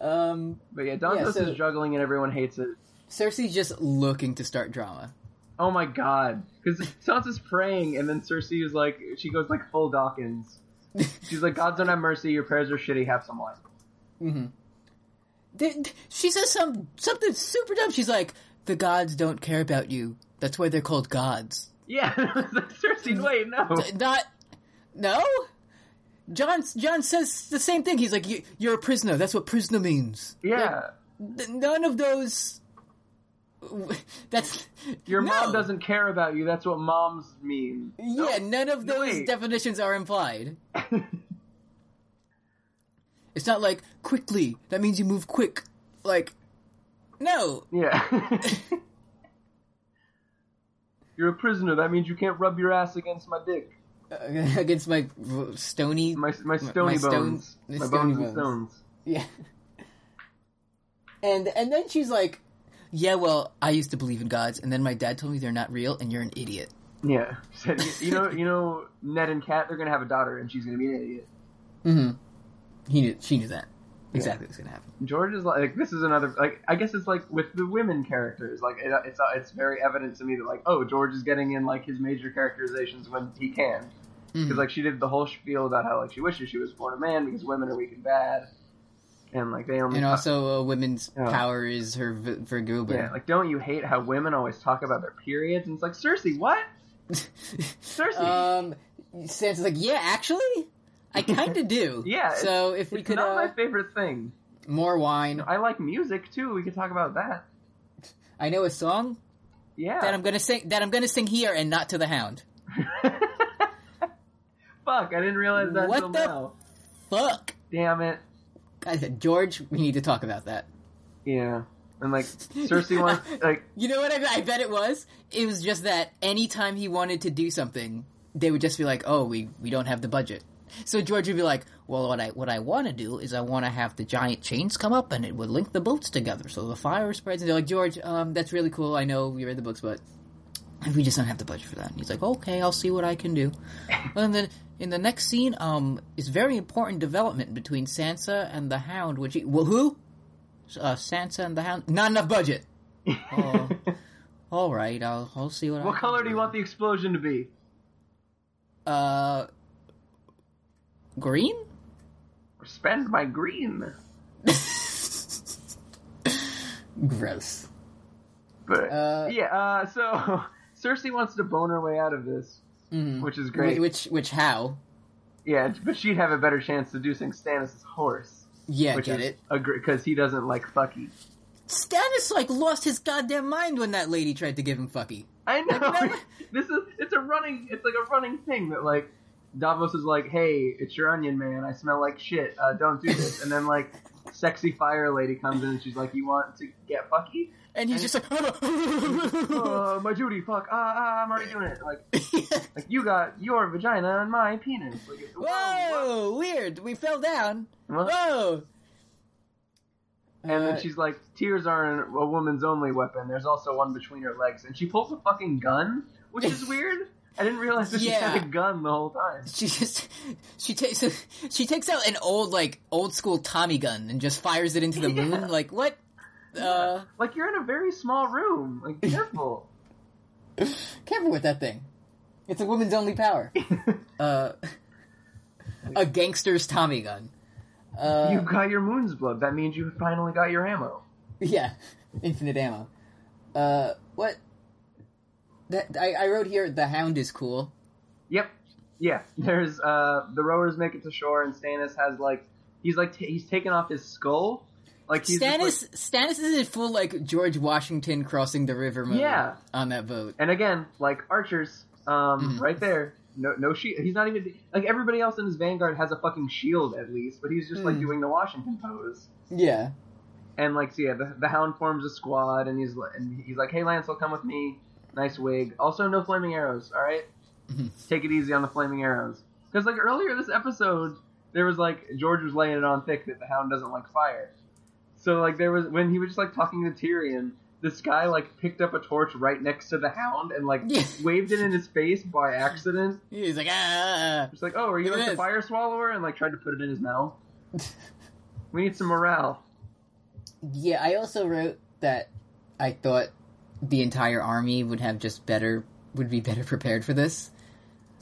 [SPEAKER 1] um,
[SPEAKER 2] But yeah, Don
[SPEAKER 1] Yeah,
[SPEAKER 2] Quixote
[SPEAKER 1] so-
[SPEAKER 2] is juggling and everyone hates it.
[SPEAKER 1] Cersei's just looking to start drama.
[SPEAKER 2] Oh my god. Because Sansa's praying, and then Cersei is like, she goes like full Dawkins. She's like, God's don't have mercy, your prayers are shitty, have some wine.
[SPEAKER 1] Th- th- She says some something super dumb. She's like, "The gods don't care about you. That's why they're called gods."
[SPEAKER 2] Yeah, it's like, Cersei, wait, no.
[SPEAKER 1] Not, no. John John says the same thing. He's like, "You- "You're a prisoner. That's what prisoner means."
[SPEAKER 2] Yeah,
[SPEAKER 1] Th- None of those. That's
[SPEAKER 2] your
[SPEAKER 1] no.
[SPEAKER 2] mom doesn't care about you, that's what moms mean.
[SPEAKER 1] Yeah, none of
[SPEAKER 2] No,
[SPEAKER 1] those
[SPEAKER 2] wait.
[SPEAKER 1] definitions are implied. it's not like quickly. That means you move quick. Like, no.
[SPEAKER 2] Yeah. You're a prisoner, that means you can't rub your ass against my dick.
[SPEAKER 1] Against my r- stony.
[SPEAKER 2] My, my stony
[SPEAKER 1] my stone-
[SPEAKER 2] bones.
[SPEAKER 1] my stony
[SPEAKER 2] my bones and
[SPEAKER 1] bones.
[SPEAKER 2] stones.
[SPEAKER 1] Yeah. And and then she's like, "Yeah, well, I used to believe in gods, and then my dad told me they're not real, and you're an idiot."
[SPEAKER 2] Yeah. Said, you know, you know, Ned and Kat, they're gonna have a daughter, and she's gonna be an idiot.
[SPEAKER 1] He knew, she knew that exactly what's gonna happen.
[SPEAKER 2] George is like, this is another like. I guess it's like with the women characters. Like it, it's uh, it's very evident to me that like, oh, George is getting in like his major characterizations when he can,
[SPEAKER 1] Hmm.
[SPEAKER 2] because like she did the whole spiel about how like she wishes she was born a man because women are weak and bad, and like they only
[SPEAKER 1] And also, uh, women's
[SPEAKER 2] Yeah.
[SPEAKER 1] power is her v- vergilber.
[SPEAKER 2] yeah, like don't you hate how women always talk about their periods? And it's like Cersei, what? Cersei,
[SPEAKER 1] Um, Sansa's like, yeah, actually, I kind of do.
[SPEAKER 2] Yeah,
[SPEAKER 1] So if we
[SPEAKER 2] it's
[SPEAKER 1] could,
[SPEAKER 2] not
[SPEAKER 1] uh,
[SPEAKER 2] my favorite thing.
[SPEAKER 1] more wine.
[SPEAKER 2] I like music too. We could talk about that.
[SPEAKER 1] I know a song
[SPEAKER 2] Yeah.
[SPEAKER 1] that I'm gonna sing. That I'm gonna sing here and not to the Hound.
[SPEAKER 2] Fuck, I didn't realize that
[SPEAKER 1] What
[SPEAKER 2] until
[SPEAKER 1] the-
[SPEAKER 2] now.
[SPEAKER 1] Fuck.
[SPEAKER 2] Damn it.
[SPEAKER 1] I said, George, we need to talk about that.
[SPEAKER 2] Yeah. And like Cersei wants like
[SPEAKER 1] You know what I, I bet it was? It was just that anytime he wanted to do something, they would just be like, "Oh, we we don't have the budget." So George would be like, "Well, what I what I want to do is I want to have the giant chains come up and it would link the boats together, so the fire spreads." And they're like, "George, um, that's really cool. I know we read the books, but we just don't have the budget for that." And he's like, "Okay, I'll see what I can do." and then in the next scene, um, is very important development between Sansa and the Hound, which he, well, who? Uh, Sansa and the Hound. Not enough budget. Oh, all right. I'll, I'll see what. I
[SPEAKER 2] what
[SPEAKER 1] can
[SPEAKER 2] color do you want the explosion to be?
[SPEAKER 1] Uh, green.
[SPEAKER 2] Spend my green.
[SPEAKER 1] Gross.
[SPEAKER 2] But
[SPEAKER 1] Uh,
[SPEAKER 2] yeah, uh so Cersei wants to bone her way out of this. Which is
[SPEAKER 1] Wait,
[SPEAKER 2] great.
[SPEAKER 1] which which how?
[SPEAKER 2] yeah, but she'd have a better chance seducing Stannis' horse.
[SPEAKER 1] Yeah,
[SPEAKER 2] Which
[SPEAKER 1] get
[SPEAKER 2] is
[SPEAKER 1] it.
[SPEAKER 2] because he doesn't like fucky.
[SPEAKER 1] Stannis like lost his goddamn mind when that lady tried to give him fucky.
[SPEAKER 2] I know.
[SPEAKER 1] know-
[SPEAKER 2] this is it's a running it's like a running thing that like Davos is like, "Hey, it's your onion man. I smell like shit. Uh, don't do this." And then like sexy fire lady comes in and she's like, "You want to get fucky?"
[SPEAKER 1] And he's just like,
[SPEAKER 2] Uh, my Judy, fuck. Ah, ah, I'm already doing it. Like like you got your vagina and my penis. Like it's, whoa,
[SPEAKER 1] whoa, weird. We fell down.
[SPEAKER 2] what?
[SPEAKER 1] Whoa.
[SPEAKER 2] And then
[SPEAKER 1] Uh,
[SPEAKER 2] she's like, "Tears aren't a woman's only weapon. There's also one between her legs." And she pulls a fucking gun, which is weird. I didn't realize that she had
[SPEAKER 1] Yeah.
[SPEAKER 2] a gun the whole time.
[SPEAKER 1] she just she takes she takes out an old like old school Tommy gun and just fires it into the
[SPEAKER 2] Yeah.
[SPEAKER 1] moon. Like what? Uh,
[SPEAKER 2] Like you're in a very small room. Like be careful.
[SPEAKER 1] careful with that thing. It's a woman's only power. uh, a gangster's Tommy gun.
[SPEAKER 2] you got your moon's blood. That means you finally got your ammo.
[SPEAKER 1] Yeah, infinite ammo. Uh, what? That I, I wrote here. The hound is cool.
[SPEAKER 2] Yep. Yeah. There's uh the rowers make it to shore and Stannis has like he's like t- he's taken off his skull. Like he's just,
[SPEAKER 1] Stannis
[SPEAKER 2] like-
[SPEAKER 1] Stannis is in full like George Washington crossing the river mode.
[SPEAKER 2] Yeah.
[SPEAKER 1] on that boat.
[SPEAKER 2] and again, like archers, um right there. No no shield. He's not even like everybody else in his vanguard has a fucking shield at least, but he's just like doing the Washington pose.
[SPEAKER 1] Yeah.
[SPEAKER 2] And like, so yeah, the, the Hound forms a squad, and he's li- and he's like, "Hey, Lancel, come with me. Nice wig. Also, no flaming arrows. All right."
[SPEAKER 1] Mm-hmm.
[SPEAKER 2] Take it easy on the flaming arrows. Because like earlier this episode, there was like George was laying it on thick that the Hound doesn't like fire. So like there was when he was just like talking to Tyrion, this guy like picked up a torch right next to the Hound and like
[SPEAKER 1] Yeah.
[SPEAKER 2] waved it in his face by accident.
[SPEAKER 1] He's like, ah.
[SPEAKER 2] It's like, oh, are you
[SPEAKER 1] It
[SPEAKER 2] like the
[SPEAKER 1] is.
[SPEAKER 2] fire swallower? And like tried to put it in his mouth. we need some morale.
[SPEAKER 1] Yeah, I also wrote that I thought the entire army would have just better would be better prepared for this.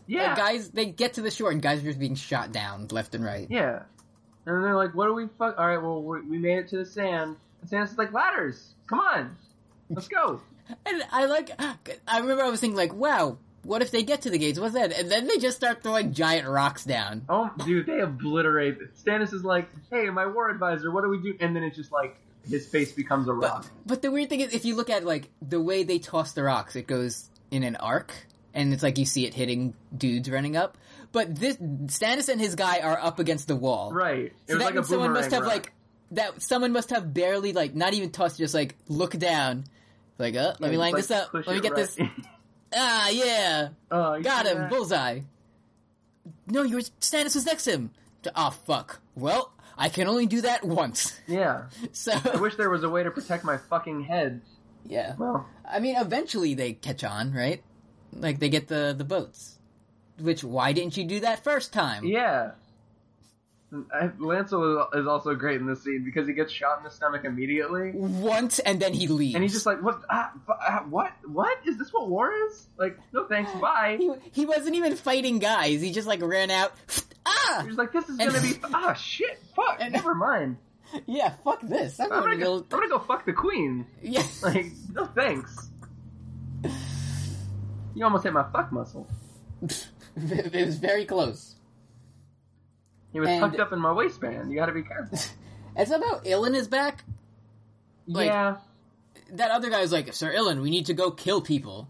[SPEAKER 2] Yeah,
[SPEAKER 1] Like, guys, they get to the shore and guys are just being shot down left and right.
[SPEAKER 2] yeah. And they're like, what do we fuck? All right, well we, we made it to the sand. And Sansa's like, ladders, come on, let's go.
[SPEAKER 1] And I like, I remember I was thinking like, wow, what if they get to the gates? What's that? And then they just start throwing giant rocks down.
[SPEAKER 2] Oh, dude, they obliterate. Stannis is like, hey, my war advisor, what do we do? And then it's just like his face becomes a rock.
[SPEAKER 1] But, but the weird thing is, if you look at like the way they toss the rocks, it goes in an arc, and it's like you see it hitting dudes running up. But this Stannis and his guy are up against the wall,
[SPEAKER 2] right. It
[SPEAKER 1] So
[SPEAKER 2] was
[SPEAKER 1] that
[SPEAKER 2] like a
[SPEAKER 1] means someone must have
[SPEAKER 2] boomerang rock.
[SPEAKER 1] like that. Someone must have barely like not even tossed, just like look down, like uh, let me
[SPEAKER 2] Yeah,
[SPEAKER 1] line
[SPEAKER 2] just,
[SPEAKER 1] this up,
[SPEAKER 2] push
[SPEAKER 1] let me
[SPEAKER 2] it
[SPEAKER 1] get
[SPEAKER 2] right-
[SPEAKER 1] this. Ah, yeah,
[SPEAKER 2] oh, you
[SPEAKER 1] got
[SPEAKER 2] see
[SPEAKER 1] him,
[SPEAKER 2] that?
[SPEAKER 1] bullseye. No, your Stannis was next to him. Ah, fuck. Well, I can only do that once.
[SPEAKER 2] Yeah.
[SPEAKER 1] So
[SPEAKER 2] I wish there was a way to protect my fucking head.
[SPEAKER 1] yeah.
[SPEAKER 2] Well,
[SPEAKER 1] I mean, eventually they catch on, right? Like they get the the boats. Which why didn't you do that first time?
[SPEAKER 2] yeah. I, Lancel is also great in this scene because he gets shot in the stomach immediately,
[SPEAKER 1] Once and then he leaves.
[SPEAKER 2] and he's just like, "What? Ah, fu- ah, what? What is this? What war is? Like, no thanks, bye."
[SPEAKER 1] he, he wasn't even fighting guys. He just like ran out. ah,
[SPEAKER 2] He was like, "This is
[SPEAKER 1] And-
[SPEAKER 2] gonna be ah shit, fuck,
[SPEAKER 1] And-
[SPEAKER 2] never mind.
[SPEAKER 1] yeah, fuck this. I'm
[SPEAKER 2] I'm
[SPEAKER 1] gonna
[SPEAKER 2] gonna, go,
[SPEAKER 1] go.
[SPEAKER 2] I'm gonna go fuck the queen."
[SPEAKER 1] Yeah,
[SPEAKER 2] Like, no thanks. You almost hit my fuck muscle.
[SPEAKER 1] it was very close.
[SPEAKER 2] He was
[SPEAKER 1] And-
[SPEAKER 2] tucked up in my waistband. You gotta be careful.
[SPEAKER 1] And somehow Ilan is back. Like-
[SPEAKER 2] yeah.
[SPEAKER 1] That other guy was like, "Sir Ilan, we need to go kill people."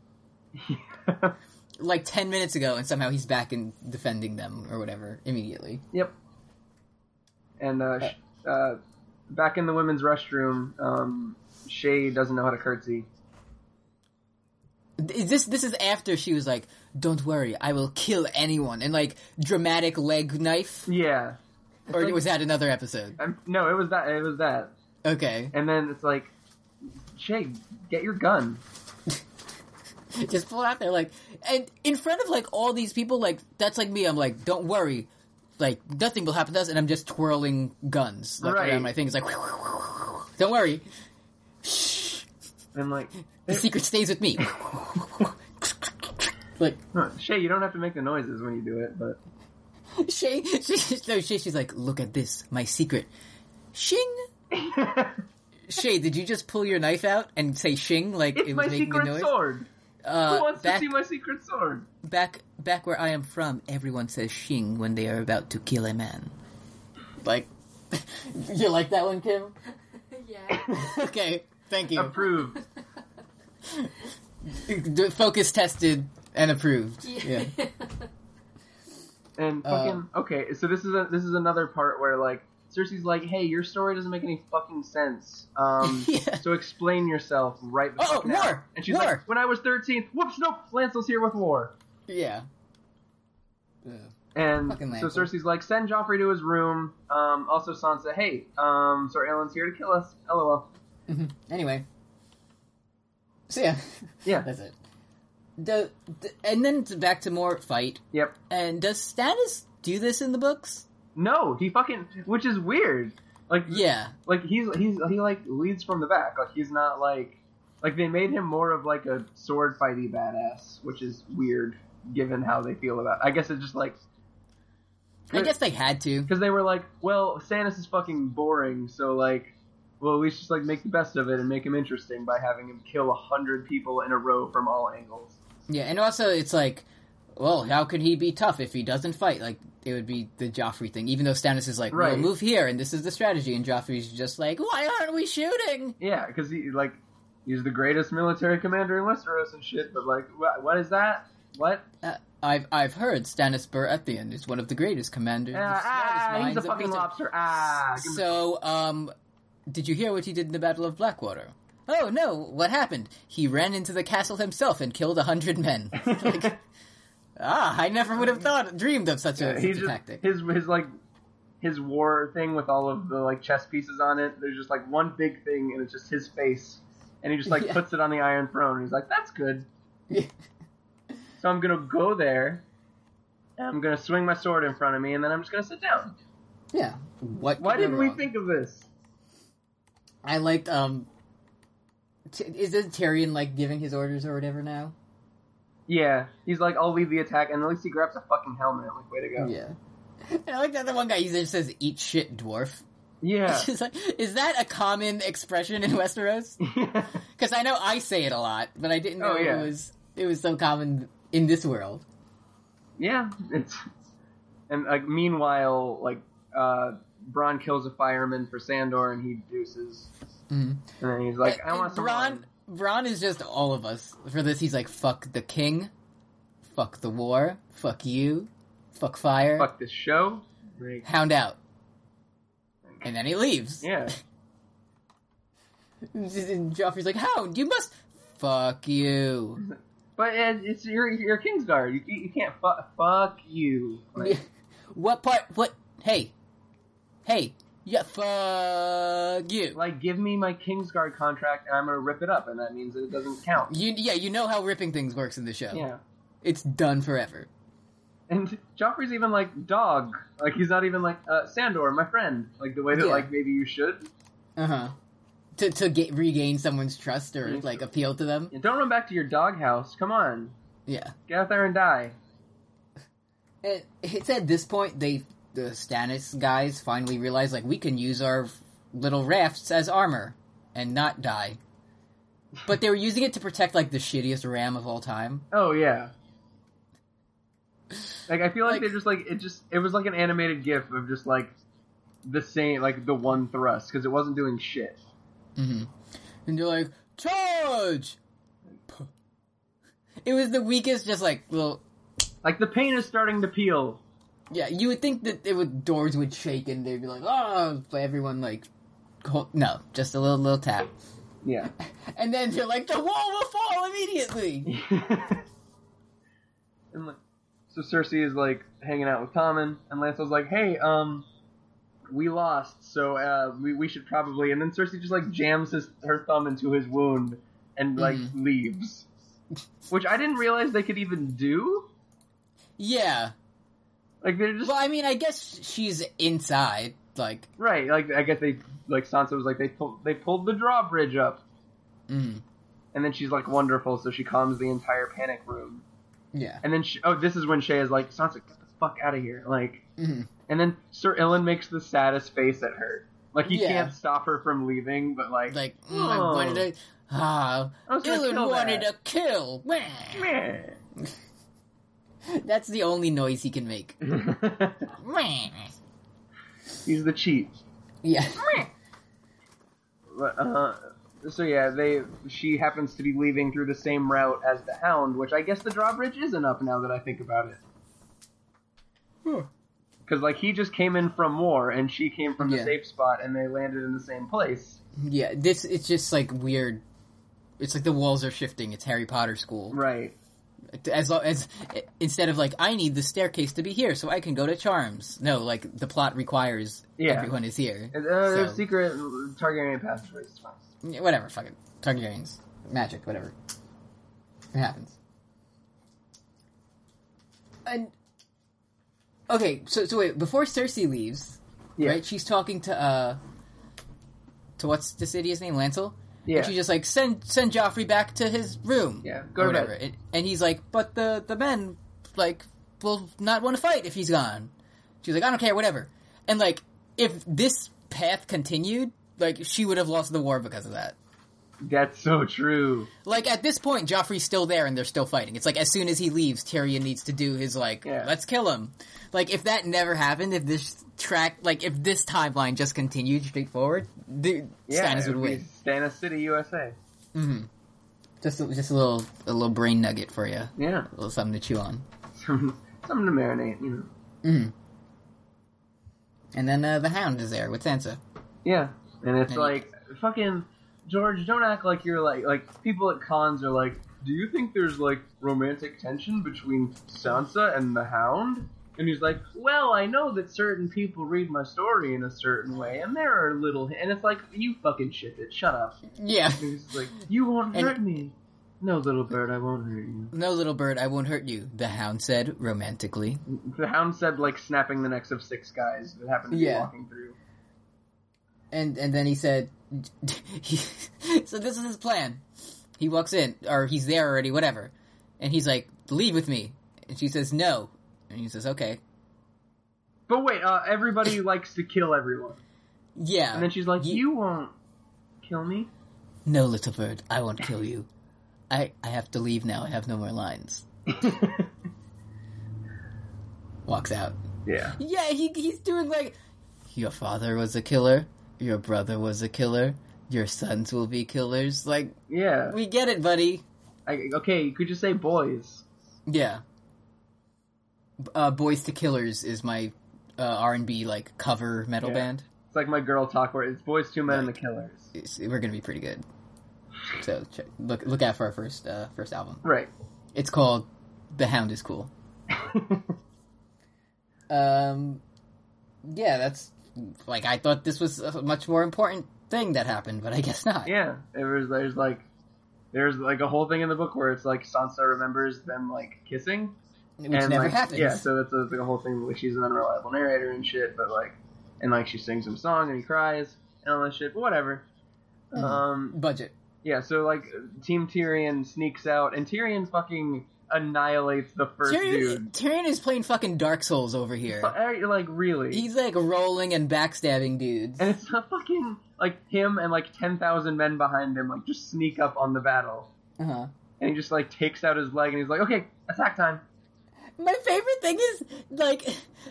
[SPEAKER 1] Like ten minutes ago, and somehow he's back and defending them or whatever immediately.
[SPEAKER 2] yep. And, uh, sh- uh, back in the women's restroom, um, Shay doesn't know how to curtsy.
[SPEAKER 1] Is this this is after she was like, "Don't worry, I will kill anyone," and like dramatic leg knife,
[SPEAKER 2] Yeah.
[SPEAKER 1] or was that another episode?
[SPEAKER 2] I'm, no, it was that. It was that.
[SPEAKER 1] Okay,
[SPEAKER 2] And then it's like, Shay, get your gun.
[SPEAKER 1] just pull out there like, and in front of like all these people, like that's like me. I'm like, "Don't worry, like nothing will happen to us," and I'm just twirling guns like,
[SPEAKER 2] Right.
[SPEAKER 1] around my things, like, "Don't worry,
[SPEAKER 2] And like,
[SPEAKER 1] the secret stays with me." like
[SPEAKER 2] huh, Shay, you don't have to make the noises when you do it, but
[SPEAKER 1] she, she, so she, she's like, "Look at this, my secret." Shing. Shay, did you just pull your knife out and say "shing" like
[SPEAKER 2] it's
[SPEAKER 1] it
[SPEAKER 2] my
[SPEAKER 1] was making a
[SPEAKER 2] secret
[SPEAKER 1] noise?
[SPEAKER 2] sword.
[SPEAKER 1] Uh,
[SPEAKER 2] Who wants
[SPEAKER 1] back,
[SPEAKER 2] to see my secret sword?
[SPEAKER 1] back, back where I am from, everyone says "shing" when they are about to kill a man. Like, you like that one, Kim?
[SPEAKER 3] yeah.
[SPEAKER 1] okay, thank you.
[SPEAKER 2] Approved.
[SPEAKER 1] D- Focus tested and approved. Yeah,
[SPEAKER 2] And
[SPEAKER 1] Uh,
[SPEAKER 2] fucking okay, so this is a, this is another part where like Cersei's like, "Hey, your story doesn't make any fucking sense. Um,
[SPEAKER 1] Yeah.
[SPEAKER 2] so explain yourself right." the
[SPEAKER 1] Oh,
[SPEAKER 2] fuck now."
[SPEAKER 1] war!
[SPEAKER 2] And she's
[SPEAKER 1] War!
[SPEAKER 2] like, "When I was 13, whoops, nope, Lancel's here with war."
[SPEAKER 1] yeah. Yeah. Uh,
[SPEAKER 2] And
[SPEAKER 1] Fucking
[SPEAKER 2] so
[SPEAKER 1] Lancel.
[SPEAKER 2] Cersei's like, "Send Joffrey to his room." Um, also Sansa, "Hey, um, Sir Aelin's here to kill us." LOL.
[SPEAKER 1] Anyway, so yeah,
[SPEAKER 2] Yeah.
[SPEAKER 1] that's it. The, the and then it's back to more fight.
[SPEAKER 2] Yep.
[SPEAKER 1] And does Stannis do this in the books?
[SPEAKER 2] No, he fucking, which is weird. Like,
[SPEAKER 1] Yeah.
[SPEAKER 2] like he's he's he like leads from the back. Like he's not like like they made him more of like a sword fighty badass, which is weird given how they feel about. I guess it's just like
[SPEAKER 1] I guess they had to.
[SPEAKER 2] because they were like, well, Stannis is fucking boring, so like, well, we should just like make the best of it and make him interesting by having him kill a hundred people in a row from all angles.
[SPEAKER 1] Yeah, and also it's like, well, how could he be tough if he doesn't fight? Like, it would be the Joffrey thing, even though Stannis is like, no,
[SPEAKER 2] Right.
[SPEAKER 1] move here, and this is the strategy, and Joffrey's just like, why aren't we shooting?
[SPEAKER 2] Yeah, because he like he's the greatest military commander in Westeros and shit, but like, wh- what is that? What?
[SPEAKER 1] Uh, I've I've heard Stannis Baratheon is one of the greatest commanders.
[SPEAKER 2] Ah,
[SPEAKER 1] the smartest
[SPEAKER 2] ah, he's
[SPEAKER 1] minds
[SPEAKER 2] a
[SPEAKER 1] of
[SPEAKER 2] fucking
[SPEAKER 1] Westeros."
[SPEAKER 2] lobster. Ah, give me-
[SPEAKER 1] So, um, did you hear what he did in the Battle of Blackwater? Oh no, what happened? He ran into the castle himself and killed a hundred men. like, Ah, I never would have thought, dreamed of such a,
[SPEAKER 2] Yeah,
[SPEAKER 1] such
[SPEAKER 2] he's
[SPEAKER 1] a
[SPEAKER 2] just,
[SPEAKER 1] tactic.
[SPEAKER 2] His his like his war thing with all of the like chess pieces on it. There's just like one big thing, and it's just his face, and he just like
[SPEAKER 1] Yeah.
[SPEAKER 2] puts it on the Iron Throne. And he's like, "That's good." So I'm gonna go there. And I'm gonna swing my sword in front of me, and then I'm just gonna sit down.
[SPEAKER 1] yeah. What? could
[SPEAKER 2] Why
[SPEAKER 1] go
[SPEAKER 2] didn't we
[SPEAKER 1] wrong?
[SPEAKER 2] think of this?
[SPEAKER 1] I liked um. T- isn't Tyrion like giving his orders or whatever now?
[SPEAKER 2] Yeah, he's like, "I'll lead the attack," and at least he grabs a fucking helmet. I'm like, way to go.
[SPEAKER 1] Yeah. And I like that the one guy he just says "eat shit, dwarf."
[SPEAKER 2] Yeah.
[SPEAKER 1] It's like, is that a common expression in Westeros? Because I know I say it a lot, but I didn't know
[SPEAKER 2] Oh, yeah.
[SPEAKER 1] it was it was so common in this world.
[SPEAKER 2] Yeah, it's and like meanwhile, like uh Bron kills a fireman for Sandor and he deuces.
[SPEAKER 1] Mhm.
[SPEAKER 2] Mm-hmm. And then he's like, I want some
[SPEAKER 1] Bron.
[SPEAKER 2] wine."
[SPEAKER 1] Bron is just all of us for this. He's like, fuck the king, fuck the war, fuck you, fuck fire,
[SPEAKER 2] fuck this show. Like,
[SPEAKER 1] hound out, and then he leaves.
[SPEAKER 2] yeah.
[SPEAKER 1] And Joffrey's like, hound, you must fuck you.
[SPEAKER 2] But it, it's your your Kingsguard. You, you can't fu- fuck you. Like,
[SPEAKER 1] what part? What? Hey, hey, yeah, fuck you.
[SPEAKER 2] like, give me my Kingsguard contract and I'm gonna rip it up, and that means that it doesn't count.
[SPEAKER 1] You yeah, you know how ripping things works in the show.
[SPEAKER 2] Yeah.
[SPEAKER 1] It's done forever.
[SPEAKER 2] And Joffrey's even like dog. Like he's not even like uh, Sandor, my friend. Like the way that
[SPEAKER 1] Yeah.
[SPEAKER 2] like maybe you should.
[SPEAKER 1] Uh huh. To to get regain someone's trust or
[SPEAKER 2] Yeah.
[SPEAKER 1] like appeal to them.
[SPEAKER 2] Yeah, don't run back to your doghouse. Come on,
[SPEAKER 1] Yeah.
[SPEAKER 2] get out there and die.
[SPEAKER 1] It, it's at this point they the Stannis guys finally realize like we can use our little rafts as armor and not die. But they were using it to protect like the shittiest ram of all time.
[SPEAKER 2] Oh yeah. Like I feel like,
[SPEAKER 1] Like-
[SPEAKER 2] they just like it just it was like an animated gif of just like the same like the one thrust because it wasn't doing shit.
[SPEAKER 1] hmm And they're like, charge! Puh. It was the weakest, just like little
[SPEAKER 2] Like the paint is starting to peel.
[SPEAKER 1] Yeah, you would think that it would doors would shake and they'd be like, oh, but everyone like, ho- no, just a little little tap,
[SPEAKER 2] Yeah.
[SPEAKER 1] and then they're like, the wall will fall immediately.
[SPEAKER 2] and like, so Cersei is like hanging out with Tommen, and Lancel's like, "Hey, um, we lost, so uh, we we should probably." And then Cersei just like jams his her thumb into his wound and like leaves, which I didn't realize they could even do.
[SPEAKER 1] Yeah,
[SPEAKER 2] Like they're just
[SPEAKER 1] well, I mean, I guess she's inside, like,
[SPEAKER 2] right. Like I guess they like Sansa was like they pulled they pulled the drawbridge up,
[SPEAKER 1] mm,
[SPEAKER 2] and then she's like wonderful, so she calms the entire panic room.
[SPEAKER 1] yeah,
[SPEAKER 2] And then she, oh, this is when Shay is like Sansa, get the fuck out of here, like.
[SPEAKER 1] hmm
[SPEAKER 2] And then Sir Ilan makes the saddest face at her. Like he
[SPEAKER 1] Yeah.
[SPEAKER 2] can't stop her from leaving, but like,
[SPEAKER 1] like mm, I
[SPEAKER 2] Oh.
[SPEAKER 1] wanted to, ah,
[SPEAKER 2] I was gonna
[SPEAKER 1] Dylan
[SPEAKER 2] kill
[SPEAKER 1] wanted
[SPEAKER 2] that.
[SPEAKER 1] to kill. Wah.
[SPEAKER 2] Meh.
[SPEAKER 1] That's the only noise he can make.
[SPEAKER 2] Mm-hmm.
[SPEAKER 1] Wah.
[SPEAKER 2] he's the cheat.
[SPEAKER 1] yeah,
[SPEAKER 2] But, uh, so yeah, they she happens to be leaving through the same route as the Hound, which I guess the drawbridge isn't up now that I think about it. Because like he just came in from war, and she came from the
[SPEAKER 1] Yeah.
[SPEAKER 2] safe spot, and they landed in the same place.
[SPEAKER 1] yeah. This it's just like weird. It's like the walls are shifting. It's Harry Potter school.
[SPEAKER 2] Right.
[SPEAKER 1] as lo- as instead of like I need the staircase to be here so I can go to Charms. No, like the plot requires
[SPEAKER 2] Yeah.
[SPEAKER 1] everyone is here.
[SPEAKER 2] And, uh,
[SPEAKER 1] So-
[SPEAKER 2] there's secret Targaryen passageways. It's fine.
[SPEAKER 1] Yeah, whatever, fuck it. Targaryens, magic, whatever. It happens. And okay, so so wait before Cersei leaves,
[SPEAKER 2] Yeah.
[SPEAKER 1] right? She's talking to uh to what's this idiot's name, Lancel.
[SPEAKER 2] Yeah.
[SPEAKER 1] And she's just like send send Joffrey back to his room.
[SPEAKER 2] Yeah, go
[SPEAKER 1] or
[SPEAKER 2] to bed.
[SPEAKER 1] whatever. And, and he's like, but the the men like will not want to fight if he's gone. She's like, I don't care, whatever. And like, if this path continued, like she would have lost the war because of that.
[SPEAKER 2] That's so true.
[SPEAKER 1] Like at this point, Joffrey's still there and they're still fighting. It's like as soon as he leaves, Tyrion needs to do his like,
[SPEAKER 2] Yeah.
[SPEAKER 1] let's kill him. Like if that never happened, if this track, like if this timeline just continued straightforward, the Stannis
[SPEAKER 2] it'd
[SPEAKER 1] would
[SPEAKER 2] be
[SPEAKER 1] win.
[SPEAKER 2] Stannis City, USA.
[SPEAKER 1] hmm Just a, just a little a little brain nugget for you,
[SPEAKER 2] Yeah.
[SPEAKER 1] a little something to chew on.
[SPEAKER 2] something to marinate, you know.
[SPEAKER 1] Mm. And then uh, the Hound is there with Sansa.
[SPEAKER 2] Yeah. And it's
[SPEAKER 1] And-
[SPEAKER 2] like, fucking, George, don't act like you're like, like, people at cons are like, "Do you think there's like romantic tension between Sansa and the Hound?" And he's like, "Well, I know that certain people read my story in a certain way, and there are little." And it's like, "You fucking shit it. Shut up."
[SPEAKER 1] Yeah.
[SPEAKER 2] And he's like, "You won't
[SPEAKER 1] And-
[SPEAKER 2] hurt me." No, little bird, I won't hurt you.
[SPEAKER 1] No, little bird, I won't hurt you, the hound said romantically.
[SPEAKER 2] The hound said, like snapping the necks of six guys that happened to be
[SPEAKER 1] Yeah.
[SPEAKER 2] walking through.
[SPEAKER 1] And and then he said, he, so this is his plan. He walks in, or he's there already, whatever. And he's like, leave with me. And she says, no. And he says, okay.
[SPEAKER 2] But wait, uh, everybody likes to kill everyone,
[SPEAKER 1] Yeah.
[SPEAKER 2] and then she's like,
[SPEAKER 1] Ye-
[SPEAKER 2] "You won't kill me."
[SPEAKER 1] No, little bird, I won't kill you. I, I have to leave now. I have no more lines. Walks out.
[SPEAKER 2] Yeah.
[SPEAKER 1] Yeah, he, he's doing like, your father was a killer, your brother was a killer, your sons will be killers. Like,
[SPEAKER 2] Yeah.
[SPEAKER 1] we get it, buddy.
[SPEAKER 2] I, okay, you could just say boys.
[SPEAKER 1] Yeah. Uh, Boys to Killers is my uh, R and B like cover metal
[SPEAKER 2] Yeah.
[SPEAKER 1] band.
[SPEAKER 2] It's like my girl talk where it's boys, two men, and the killers.
[SPEAKER 1] It's, we're gonna be pretty good. So check, look look out for our first uh, first album.
[SPEAKER 2] Right.
[SPEAKER 1] It's called The Hound is Cool. Um, yeah, that's like I thought this was a much more important thing that happened, but I guess not.
[SPEAKER 2] yeah. There was, there's like, there's like a whole thing in the book where it's like Sansa remembers them like kissing,
[SPEAKER 1] Which
[SPEAKER 2] and
[SPEAKER 1] never
[SPEAKER 2] like,
[SPEAKER 1] happens.
[SPEAKER 2] Yeah. So that's, that's like a whole thing where she's an unreliable narrator and shit. But like, and like she sings him song and he cries and all that shit. But whatever.
[SPEAKER 1] Mhm.
[SPEAKER 2] Um.
[SPEAKER 1] Budget.
[SPEAKER 2] Yeah, so like Team Tyrion sneaks out, and Tyrion fucking annihilates the first
[SPEAKER 1] Tyrion,
[SPEAKER 2] dude.
[SPEAKER 1] Tyrion is playing fucking Dark Souls over here.
[SPEAKER 2] Fu- are you- Like really,
[SPEAKER 1] He's like rolling and backstabbing dudes.
[SPEAKER 2] and it's a fucking like him and like ten thousand men behind him, like just sneak up on the battle,
[SPEAKER 1] Uh-huh.
[SPEAKER 2] and he just like takes out his leg, and he's like, okay, attack time.
[SPEAKER 1] My favorite thing is like,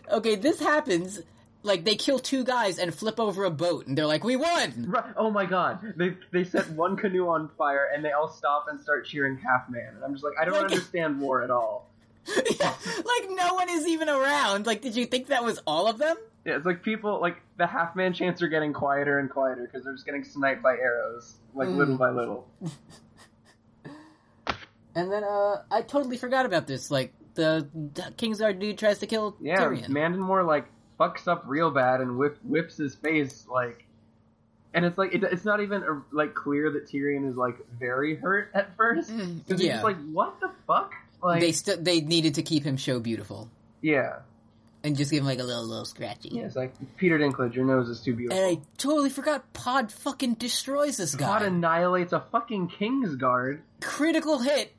[SPEAKER 1] okay, this happens. Like they kill two guys and flip over a boat, and they're like, "We won!"
[SPEAKER 2] Right. Oh my god, they they set one canoe on fire, and they all stop and start cheering half man, and I'm just like, I don't
[SPEAKER 1] Like-
[SPEAKER 2] understand war at all.
[SPEAKER 1] Yeah, like no one is even around. Like, did you think that was all of them?
[SPEAKER 2] Yeah, it's like people like the half man chants are getting quieter and quieter because they're just getting sniped by arrows, like
[SPEAKER 1] Mm.
[SPEAKER 2] little by little.
[SPEAKER 1] And then uh, I totally forgot about this. Like the, the Kingsguard dude tries to kill
[SPEAKER 2] Yeah,
[SPEAKER 1] Tyrion.
[SPEAKER 2] Mandanmore like fucks up real bad and whip, whips his face like, and it's like it, it's not even uh, like clear that Tyrion is like very hurt at first.
[SPEAKER 1] Mm,
[SPEAKER 2] 'Cause he's
[SPEAKER 1] yeah,
[SPEAKER 2] just like, what the fuck? Like,
[SPEAKER 1] they still they needed to keep him show beautiful
[SPEAKER 2] yeah,
[SPEAKER 1] and just give him like a little little scratchy.
[SPEAKER 2] yeah. It's like Peter Dinklage, your nose is too beautiful.
[SPEAKER 1] And I totally forgot Pod fucking destroys this guy.
[SPEAKER 2] God annihilates a fucking Kingsguard.
[SPEAKER 1] Critical hit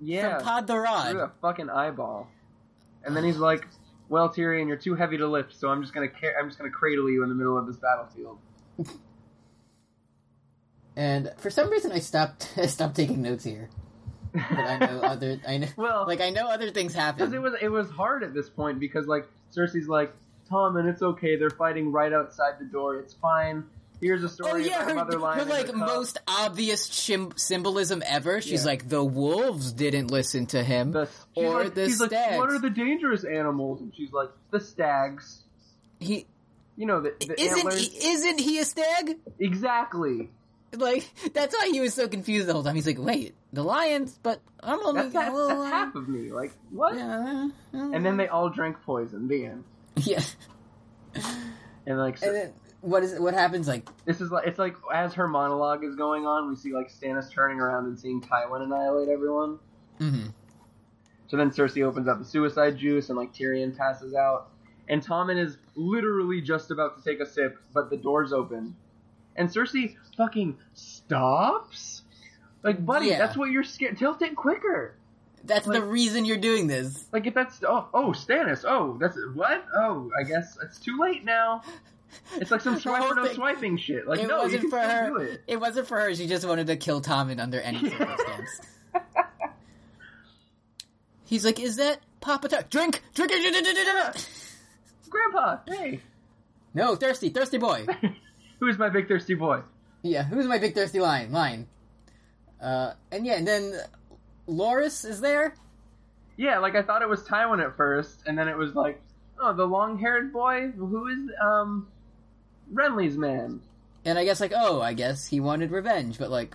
[SPEAKER 2] Yeah,
[SPEAKER 1] from Pod the Rod.
[SPEAKER 2] through a fucking eyeball. And then he's like, "Well, Tyrion, you're too heavy to lift, so I'm just gonna car- I'm just gonna cradle you in the middle of this battlefield."
[SPEAKER 1] And for some reason, I stopped. I stopped taking notes here. But I know other. I know.
[SPEAKER 2] Well-
[SPEAKER 1] like I know other things
[SPEAKER 2] Because it
[SPEAKER 1] happen.
[SPEAKER 2] was it was hard at this point because like Cersei's like Tom and it's okay they're fighting right outside the door it's fine here's a story
[SPEAKER 1] Oh yeah,
[SPEAKER 2] about
[SPEAKER 1] her,
[SPEAKER 2] Mother Lion
[SPEAKER 1] her
[SPEAKER 2] and the
[SPEAKER 1] like
[SPEAKER 2] cub."
[SPEAKER 1] most obvious shim- symbolism ever. She's
[SPEAKER 2] Yeah.
[SPEAKER 1] like the wolves didn't listen to him,
[SPEAKER 2] the, she's
[SPEAKER 1] or
[SPEAKER 2] like,
[SPEAKER 1] the
[SPEAKER 2] she's like,
[SPEAKER 1] stags.
[SPEAKER 2] what are the dangerous animals and she's like the stags
[SPEAKER 1] he
[SPEAKER 2] you know the, the
[SPEAKER 1] isn't.
[SPEAKER 2] antlers
[SPEAKER 1] He, isn't he a stag?
[SPEAKER 2] exactly
[SPEAKER 1] Like that's why he was so confused the whole time. He's like, wait, the lions, but I'm only
[SPEAKER 2] that's, that's,
[SPEAKER 1] well,
[SPEAKER 2] that's half of me like what
[SPEAKER 1] Yeah, uh,
[SPEAKER 2] and then they all drank poison the end
[SPEAKER 1] yeah.
[SPEAKER 2] and like so,
[SPEAKER 1] And then what is it? What happens? Like
[SPEAKER 2] this is like it's like as her monologue is going on we see like Stannis turning around and seeing Tywin annihilate everyone
[SPEAKER 1] mhm.
[SPEAKER 2] So then Cersei opens up a suicide juice, and like Tyrion passes out, and Tommen is literally just about to take a sip, but the doors open, and Cersei fucking stops. Like, buddy,
[SPEAKER 1] Yeah.
[SPEAKER 2] that's what you're scared. Tilt it quicker.
[SPEAKER 1] that's
[SPEAKER 2] Like-
[SPEAKER 1] the reason you're doing this.
[SPEAKER 2] Like, if that's oh oh Stannis, oh that's what? Oh, I guess it's too late now. It's like some
[SPEAKER 1] The
[SPEAKER 2] swipe
[SPEAKER 1] whole
[SPEAKER 2] or no
[SPEAKER 1] thing-
[SPEAKER 2] swiping shit. Like,
[SPEAKER 1] it
[SPEAKER 2] no, you
[SPEAKER 1] wasn't
[SPEAKER 2] can
[SPEAKER 1] for
[SPEAKER 2] still
[SPEAKER 1] her.
[SPEAKER 2] do it.
[SPEAKER 1] wasn't for her. She just wanted to kill Tommen under any circumstance. He's like, "Is that Papa? Tar- drink, drink it!"
[SPEAKER 2] Grandpa, hey,
[SPEAKER 1] No, thirsty, thirsty boy.
[SPEAKER 2] who's my big thirsty boy?
[SPEAKER 1] Yeah, who's my big thirsty lion? Lion. Uh, and yeah, and then Loris is there.
[SPEAKER 2] Yeah, like I thought it was Tywin at first, and then it was like, oh, the long-haired boy who is um, Renly's man.
[SPEAKER 1] And I guess like, oh, I guess he wanted revenge, but like,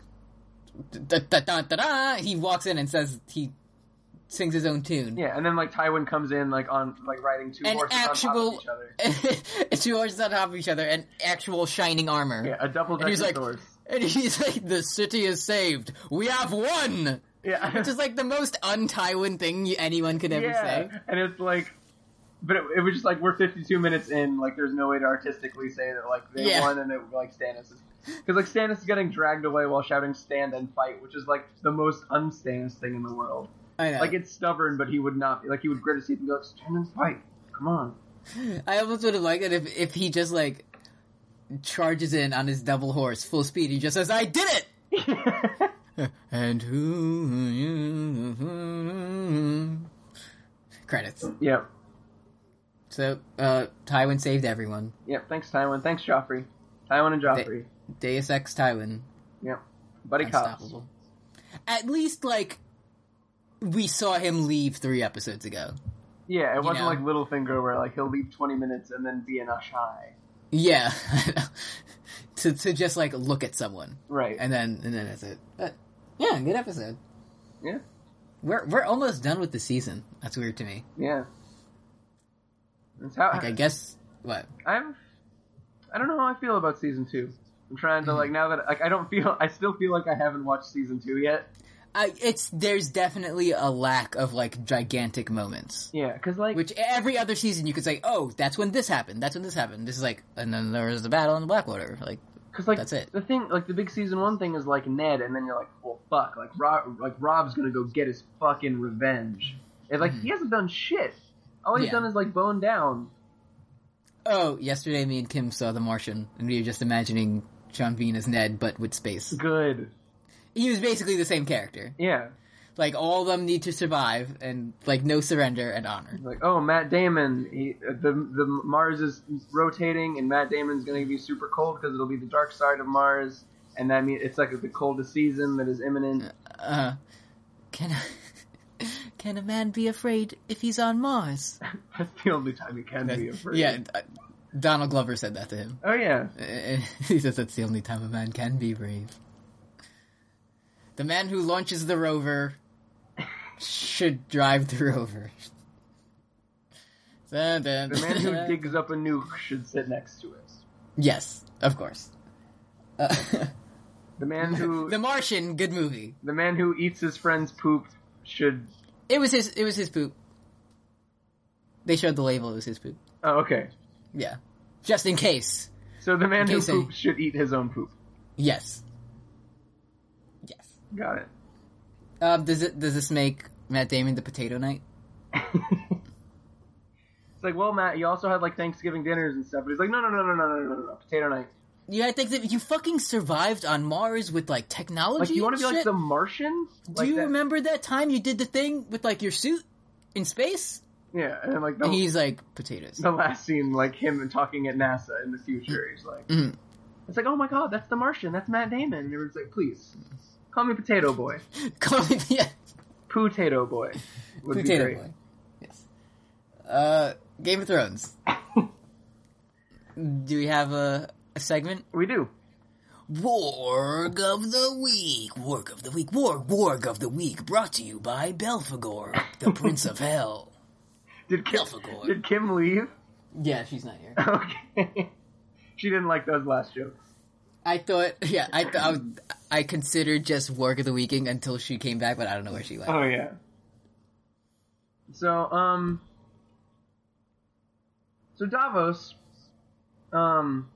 [SPEAKER 1] da, da, da, da, da, he walks in and says he sings his own tune.
[SPEAKER 2] Yeah, and then like Tywin comes in like on like riding two
[SPEAKER 1] An
[SPEAKER 2] horses on top of
[SPEAKER 1] actual
[SPEAKER 2] each other.
[SPEAKER 1] two horses on top of each other and actual shining armor.
[SPEAKER 2] Yeah, a double
[SPEAKER 1] And
[SPEAKER 2] decker
[SPEAKER 1] he's like,
[SPEAKER 2] horse.
[SPEAKER 1] and he's like, the city is saved. We have won.
[SPEAKER 2] Yeah,
[SPEAKER 1] Which is like the most un-Tywin thing you- anyone could ever
[SPEAKER 2] yeah,
[SPEAKER 1] say.
[SPEAKER 2] and it's like, but it, it was just like we're 52 minutes in. Like, there's no way to artistically say that like they
[SPEAKER 1] Yeah.
[SPEAKER 2] won and that like Stannis is because like Stannis is getting dragged away while shouting "stand and fight," which is like the most un-Stannis thing in the world.
[SPEAKER 1] I know.
[SPEAKER 2] Like it's stubborn, but he would not like he would grit his teeth and be like "stand and fight." Come on.
[SPEAKER 1] I almost would have liked it if if he just like charges in on his double horse full speed. He just says, "I did it." And who credits?
[SPEAKER 2] yep.
[SPEAKER 1] So uh, Tywin saved everyone.
[SPEAKER 2] Yep. Thanks, Tywin. Thanks, Joffrey. Tywin and Joffrey.
[SPEAKER 1] Deus Ex Tywin,
[SPEAKER 2] Yep. Buddy cops.
[SPEAKER 1] unstoppable. At least like we saw him leave three episodes ago.
[SPEAKER 2] Yeah, it wasn't
[SPEAKER 1] know.
[SPEAKER 2] like Littlefinger where like he'll leave 20 minutes and then be in a high.
[SPEAKER 1] Yeah, to to just like look at someone
[SPEAKER 2] Right.
[SPEAKER 1] and then and then that's it. But yeah, good episode.
[SPEAKER 2] yeah.
[SPEAKER 1] We're we're almost done with the season. That's weird to me.
[SPEAKER 2] Yeah. That's how
[SPEAKER 1] Like I guess what?
[SPEAKER 2] I'm. I don't know how I feel about season two. I'm trying to like now that like I don't feel I still feel like I haven't watched season two yet.
[SPEAKER 1] I, it's there's definitely a lack of like gigantic moments.
[SPEAKER 2] Yeah, because like
[SPEAKER 1] Which every other season you could say, oh, that's when this happened. That's when this happened. This is like, and then there was a battle in Blackwater. Like,
[SPEAKER 2] Because like
[SPEAKER 1] That's it.
[SPEAKER 2] the thing, like the big season one thing is like Ned, and then you're like, well, fuck, like Rob, like Rob's gonna go get his fucking revenge, and like he hasn't done shit. All he's
[SPEAKER 1] Mm-hmm. Yeah.
[SPEAKER 2] done is like bone down.
[SPEAKER 1] oh, yesterday me and Kim saw The Martian, and we were just imagining Sean Bean as Ned, but with space.
[SPEAKER 2] Good.
[SPEAKER 1] He was basically the same character.
[SPEAKER 2] Yeah.
[SPEAKER 1] Like all of them need to survive, and like no surrender and honor.
[SPEAKER 2] Like oh, Matt Damon, he, uh, the the Mars is rotating, and Matt Damon's gonna be super cold because it'll be the dark side of Mars, and that means it's like the coldest season that is imminent.
[SPEAKER 1] Uh, can a, can a man be afraid if he's on Mars?
[SPEAKER 2] That's the only time you can be afraid.
[SPEAKER 1] Yeah, uh, Donald Glover said that to him.
[SPEAKER 2] Oh yeah.
[SPEAKER 1] Uh, he says that's the only time a man can be brave. The man who launches the rover should drive the rover. Dun, dun.
[SPEAKER 2] The man who digs up a nuke should sit next to it.
[SPEAKER 1] yes, of course. Uh,
[SPEAKER 2] The man who
[SPEAKER 1] the Martian, good movie.
[SPEAKER 2] The man who eats his friend's poop should.
[SPEAKER 1] It was his. It was his poop. They showed the label. It was his poop.
[SPEAKER 2] Oh, okay.
[SPEAKER 1] Yeah, just in case.
[SPEAKER 2] So the man who
[SPEAKER 1] Okay, so-
[SPEAKER 2] poops should eat his own poop.
[SPEAKER 1] Yes. Yes.
[SPEAKER 2] Got it.
[SPEAKER 1] Uh, does it? Does this make Matt Damon the potato knight?
[SPEAKER 2] It's like, well, Matt, you also had like Thanksgiving dinners and stuff. But he's like, no, no, no, no, no, no, no, no, no. potato night.
[SPEAKER 1] Yeah, I think that you fucking survived on Mars with like technology.
[SPEAKER 2] Like, you want to be
[SPEAKER 1] and
[SPEAKER 2] like
[SPEAKER 1] shit?
[SPEAKER 2] the Martian? Like
[SPEAKER 1] Do you
[SPEAKER 2] that-
[SPEAKER 1] remember that time you did the thing with like your suit in space?
[SPEAKER 2] Yeah, and then, like
[SPEAKER 1] And
[SPEAKER 2] the,
[SPEAKER 1] he's like potatoes.
[SPEAKER 2] the last scene, like him talking at NASA in the future. He's like,
[SPEAKER 1] Mhm.
[SPEAKER 2] it's like, oh my god, that's the Martian. That's Matt Damon. And everyone's like, please, call me Potato Boy.
[SPEAKER 1] Call me yeah,
[SPEAKER 2] Potato Boy would be
[SPEAKER 1] potato
[SPEAKER 2] great.
[SPEAKER 1] boy. Yes. Uh, Game of Thrones. Do we have a, a segment?
[SPEAKER 2] We do.
[SPEAKER 1] Warg of the Week. Warg of the Week. Warg, Warg of the Week. Brought to you by Belphegor, the Prince of Hell.
[SPEAKER 2] Did Kim,
[SPEAKER 1] Belphegor.
[SPEAKER 2] did Kim leave?
[SPEAKER 1] Yeah, she's not here.
[SPEAKER 2] Okay. she didn't like those last jokes.
[SPEAKER 1] I thought, yeah, I th- I, would- I considered just work of the weekend until she came back, but I don't know where she went.
[SPEAKER 2] Oh yeah. So um. So Davos, um,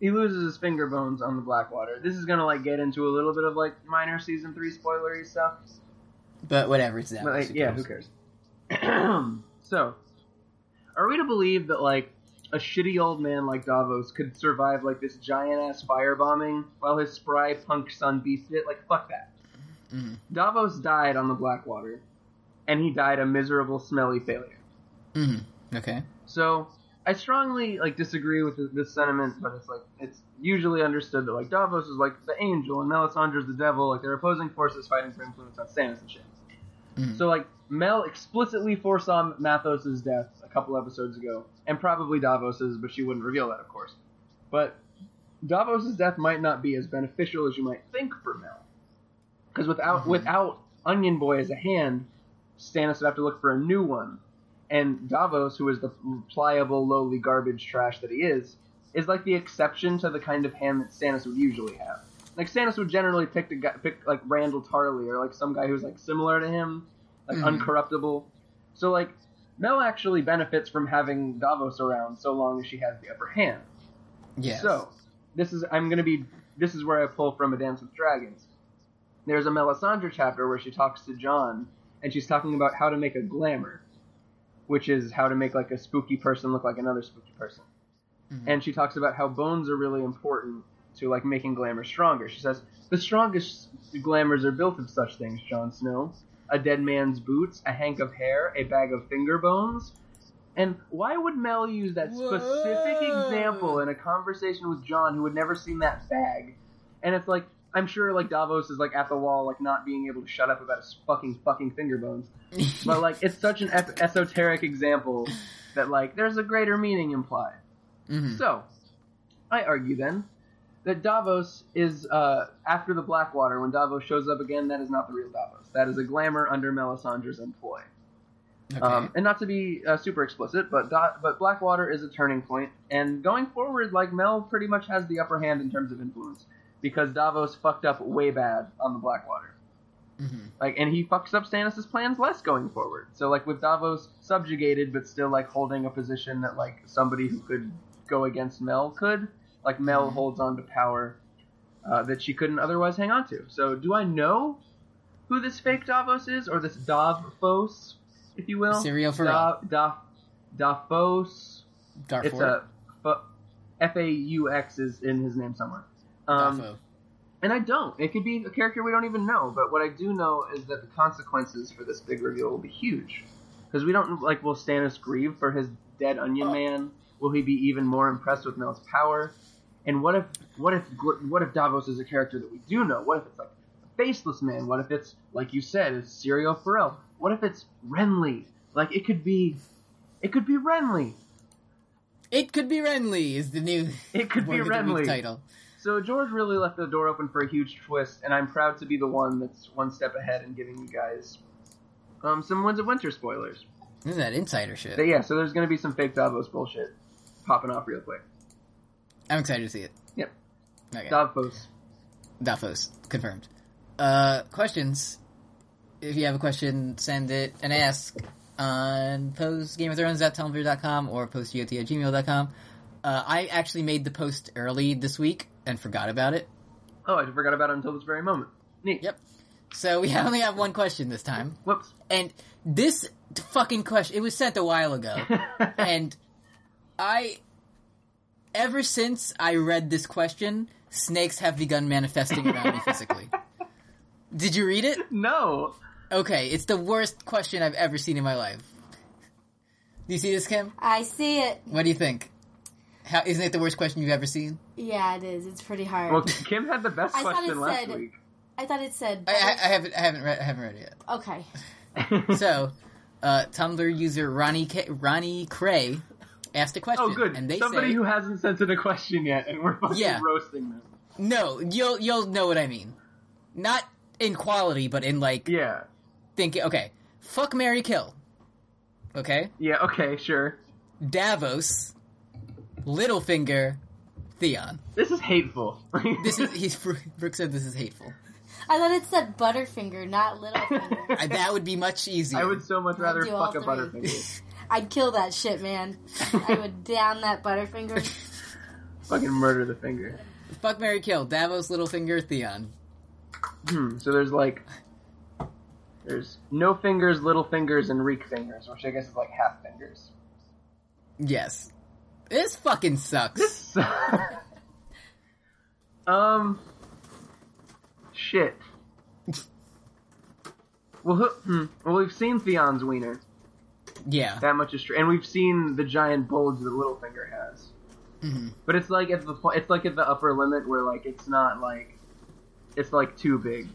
[SPEAKER 2] he loses his finger bones on the Blackwater. This is gonna like get into a little bit of like minor season three spoilery stuff.
[SPEAKER 1] But whatever, it's that.
[SPEAKER 2] But like, yeah, who cares? so, are we to believe that like a shitty old man like Davos could survive like this giant ass firebombing while his spry punk son beats it? Like fuck that. Davos died on the Blackwater, and he died a miserable, smelly failure.
[SPEAKER 1] Mm-hmm. Okay.
[SPEAKER 2] So I strongly like disagree with th- this sentiment, but it's like it's usually understood that like Davos is like the angel and Melisandre's the devil. Like they're opposing forces fighting for influence on Stannis and shit. So like Mel explicitly foresaw Mathos's death a couple episodes ago, and probably Davos's, but she wouldn't reveal that, of course. But Davos's death might not be as beneficial as you might think for Mel. Because without without Onion Boy as a hand, Stannis would have to look for a new one. And Davos, who is the pliable, lowly garbage trash that he is, is like the exception to the kind of hand that Stannis would usually have. Like Stannis would generally pick the guy, pick like Randall Tarley or like some guy who's like similar to him, like
[SPEAKER 1] Mhm.
[SPEAKER 2] uncorruptible. So like Mel actually benefits from having Davos around so long as she has the upper hand.
[SPEAKER 1] Yes.
[SPEAKER 2] So this is I'm gonna be this is where I pull from A Dance with Dragons. There's a Melisandre chapter where she talks to John and she's talking about how to make a glamour, which is how to make like a spooky person look like another spooky person. And she talks about how bones are really important to like making glamour stronger. She says the strongest glamours are built of such things, Jon Snow. A dead man's boots, a hank of hair, a bag of finger bones. And why would Mel use that specific
[SPEAKER 1] Whoa.
[SPEAKER 2] example in a conversation with John who had never seen that bag? And it's like I'm sure like Davos is like at the wall, like not being able to shut up about his fucking fucking finger bones. But like it's such an ep- esoteric example that like there's a greater meaning implied.
[SPEAKER 1] Mhm.
[SPEAKER 2] So, I argue then that Davos is uh, after the Blackwater. When Davos shows up again, that is not the real Davos. That is a glamour under Melisandre's employ.
[SPEAKER 1] Okay.
[SPEAKER 2] Um, and not to be uh, super explicit, but Do- but Blackwater is a turning point, and going forward, like Mel pretty much has the upper hand in terms of influence because Davos fucked up way bad on the Blackwater.
[SPEAKER 1] Mhm.
[SPEAKER 2] Like, and he fucks up Stannis' plans less going forward. So, like, with Davos subjugated, but still, like, holding a position that, like, somebody who could go against Mel could, like, Mel holds on to power uh, that she couldn't otherwise hang on to. So, do I know who this fake Davos is, or this Davos, if you will?
[SPEAKER 1] Serial for
[SPEAKER 2] da- da- Davos.
[SPEAKER 1] Darfur.
[SPEAKER 2] uh, It's uh, a F A U X is in his name somewhere. Um,
[SPEAKER 1] Darfur.
[SPEAKER 2] and I don't. It could be a character we don't even know, but what I do know is that the consequences for this big reveal will be huge. Because we don't, like, will Stannis grieve for his dead Onion
[SPEAKER 1] Oh.
[SPEAKER 2] Man? Will he be even more impressed with Mel's power? And what if, what if, Gl- what if Davos is a character that we do know? What if it's, like, a faceless man? What if it's, like you said, it's Serial Pharrell? What if it's Renly? Like, it could be, it could be Renly.
[SPEAKER 1] It could be Renly is the new
[SPEAKER 2] It could be
[SPEAKER 1] Word of the Week
[SPEAKER 2] Renly.
[SPEAKER 1] title.
[SPEAKER 2] So George really left the door open for a huge twist, and I'm proud to be the one that's one step ahead in giving you guys um, some Winds of Winter spoilers.
[SPEAKER 1] This is that insider shit.
[SPEAKER 2] But yeah, so there's going to be some fake Davos bullshit popping off real quick.
[SPEAKER 1] I'm excited to see it.
[SPEAKER 2] Yep,
[SPEAKER 1] Okay.
[SPEAKER 2] Davos.
[SPEAKER 1] Davos confirmed. Uh, questions. If you have a question, send it and ask on post Game of Thrones at tumblr.com or post at gmail.com. Uh, I actually made the post early this week and forgot about it.
[SPEAKER 2] Oh, I forgot about it until this very moment. Neat.
[SPEAKER 1] Yep. So we only have one question this time.
[SPEAKER 2] Whoops.
[SPEAKER 1] And this t- fucking question, it was sent a while ago. and I, ever since I read this question, snakes have begun manifesting around me physically. Did you read it?
[SPEAKER 2] no.
[SPEAKER 1] Okay, it's the worst question I've ever seen in my life. Do you see this, Kim?
[SPEAKER 3] I see it.
[SPEAKER 1] What do you think? How, isn't it the worst question you've ever seen?
[SPEAKER 3] Yeah, it is. It's pretty hard.
[SPEAKER 2] Well, Kim had the best
[SPEAKER 3] I thought
[SPEAKER 2] question
[SPEAKER 3] it
[SPEAKER 2] last
[SPEAKER 3] said-
[SPEAKER 2] week.
[SPEAKER 3] I thought it said.
[SPEAKER 1] I, I, I haven't, I haven't read, I haven't read it
[SPEAKER 3] okay.
[SPEAKER 1] yet. So, uh, Tumblr user Ronnie K, Ronnie Cray asked a question,
[SPEAKER 2] oh, good.
[SPEAKER 1] and they
[SPEAKER 2] Somebody
[SPEAKER 1] say,
[SPEAKER 2] who hasn't sent in a question yet, and we're fucking
[SPEAKER 1] Yeah.
[SPEAKER 2] roasting them.
[SPEAKER 1] "No, you'll you'll know what I mean. Not in quality, but in like
[SPEAKER 2] Yeah.
[SPEAKER 1] thinking. Okay, fuck Mary Kill. Okay,
[SPEAKER 2] Yeah. Okay. Sure.
[SPEAKER 1] Davos, Littlefinger, Theon.
[SPEAKER 2] This is hateful.
[SPEAKER 1] This is he's Brooke said this is hateful.
[SPEAKER 3] I thought it said Butterfinger, not Littlefinger.
[SPEAKER 1] I, that would be much easier.
[SPEAKER 2] I would so much rather
[SPEAKER 3] do all
[SPEAKER 2] fuck a
[SPEAKER 3] three.
[SPEAKER 2] butterfinger.
[SPEAKER 3] I'd kill that shit, man. I would down that Butterfinger.
[SPEAKER 2] Fucking murder the finger.
[SPEAKER 1] Fuck Mary Kill, Davos, Littlefinger, Theon.
[SPEAKER 2] Hmm. So there's like there's no fingers, little fingers, and reek fingers, which I guess is like half fingers.
[SPEAKER 1] Yes. This fucking sucks.
[SPEAKER 2] So- um shit. Well, who, hmm. well, we've seen Theon's wiener.
[SPEAKER 1] Yeah.
[SPEAKER 2] That much is true, and we've seen the giant bulge that Littlefinger has.
[SPEAKER 1] Mhm.
[SPEAKER 2] But it's like at the po- it's like at the upper limit where like it's not like it's like too big.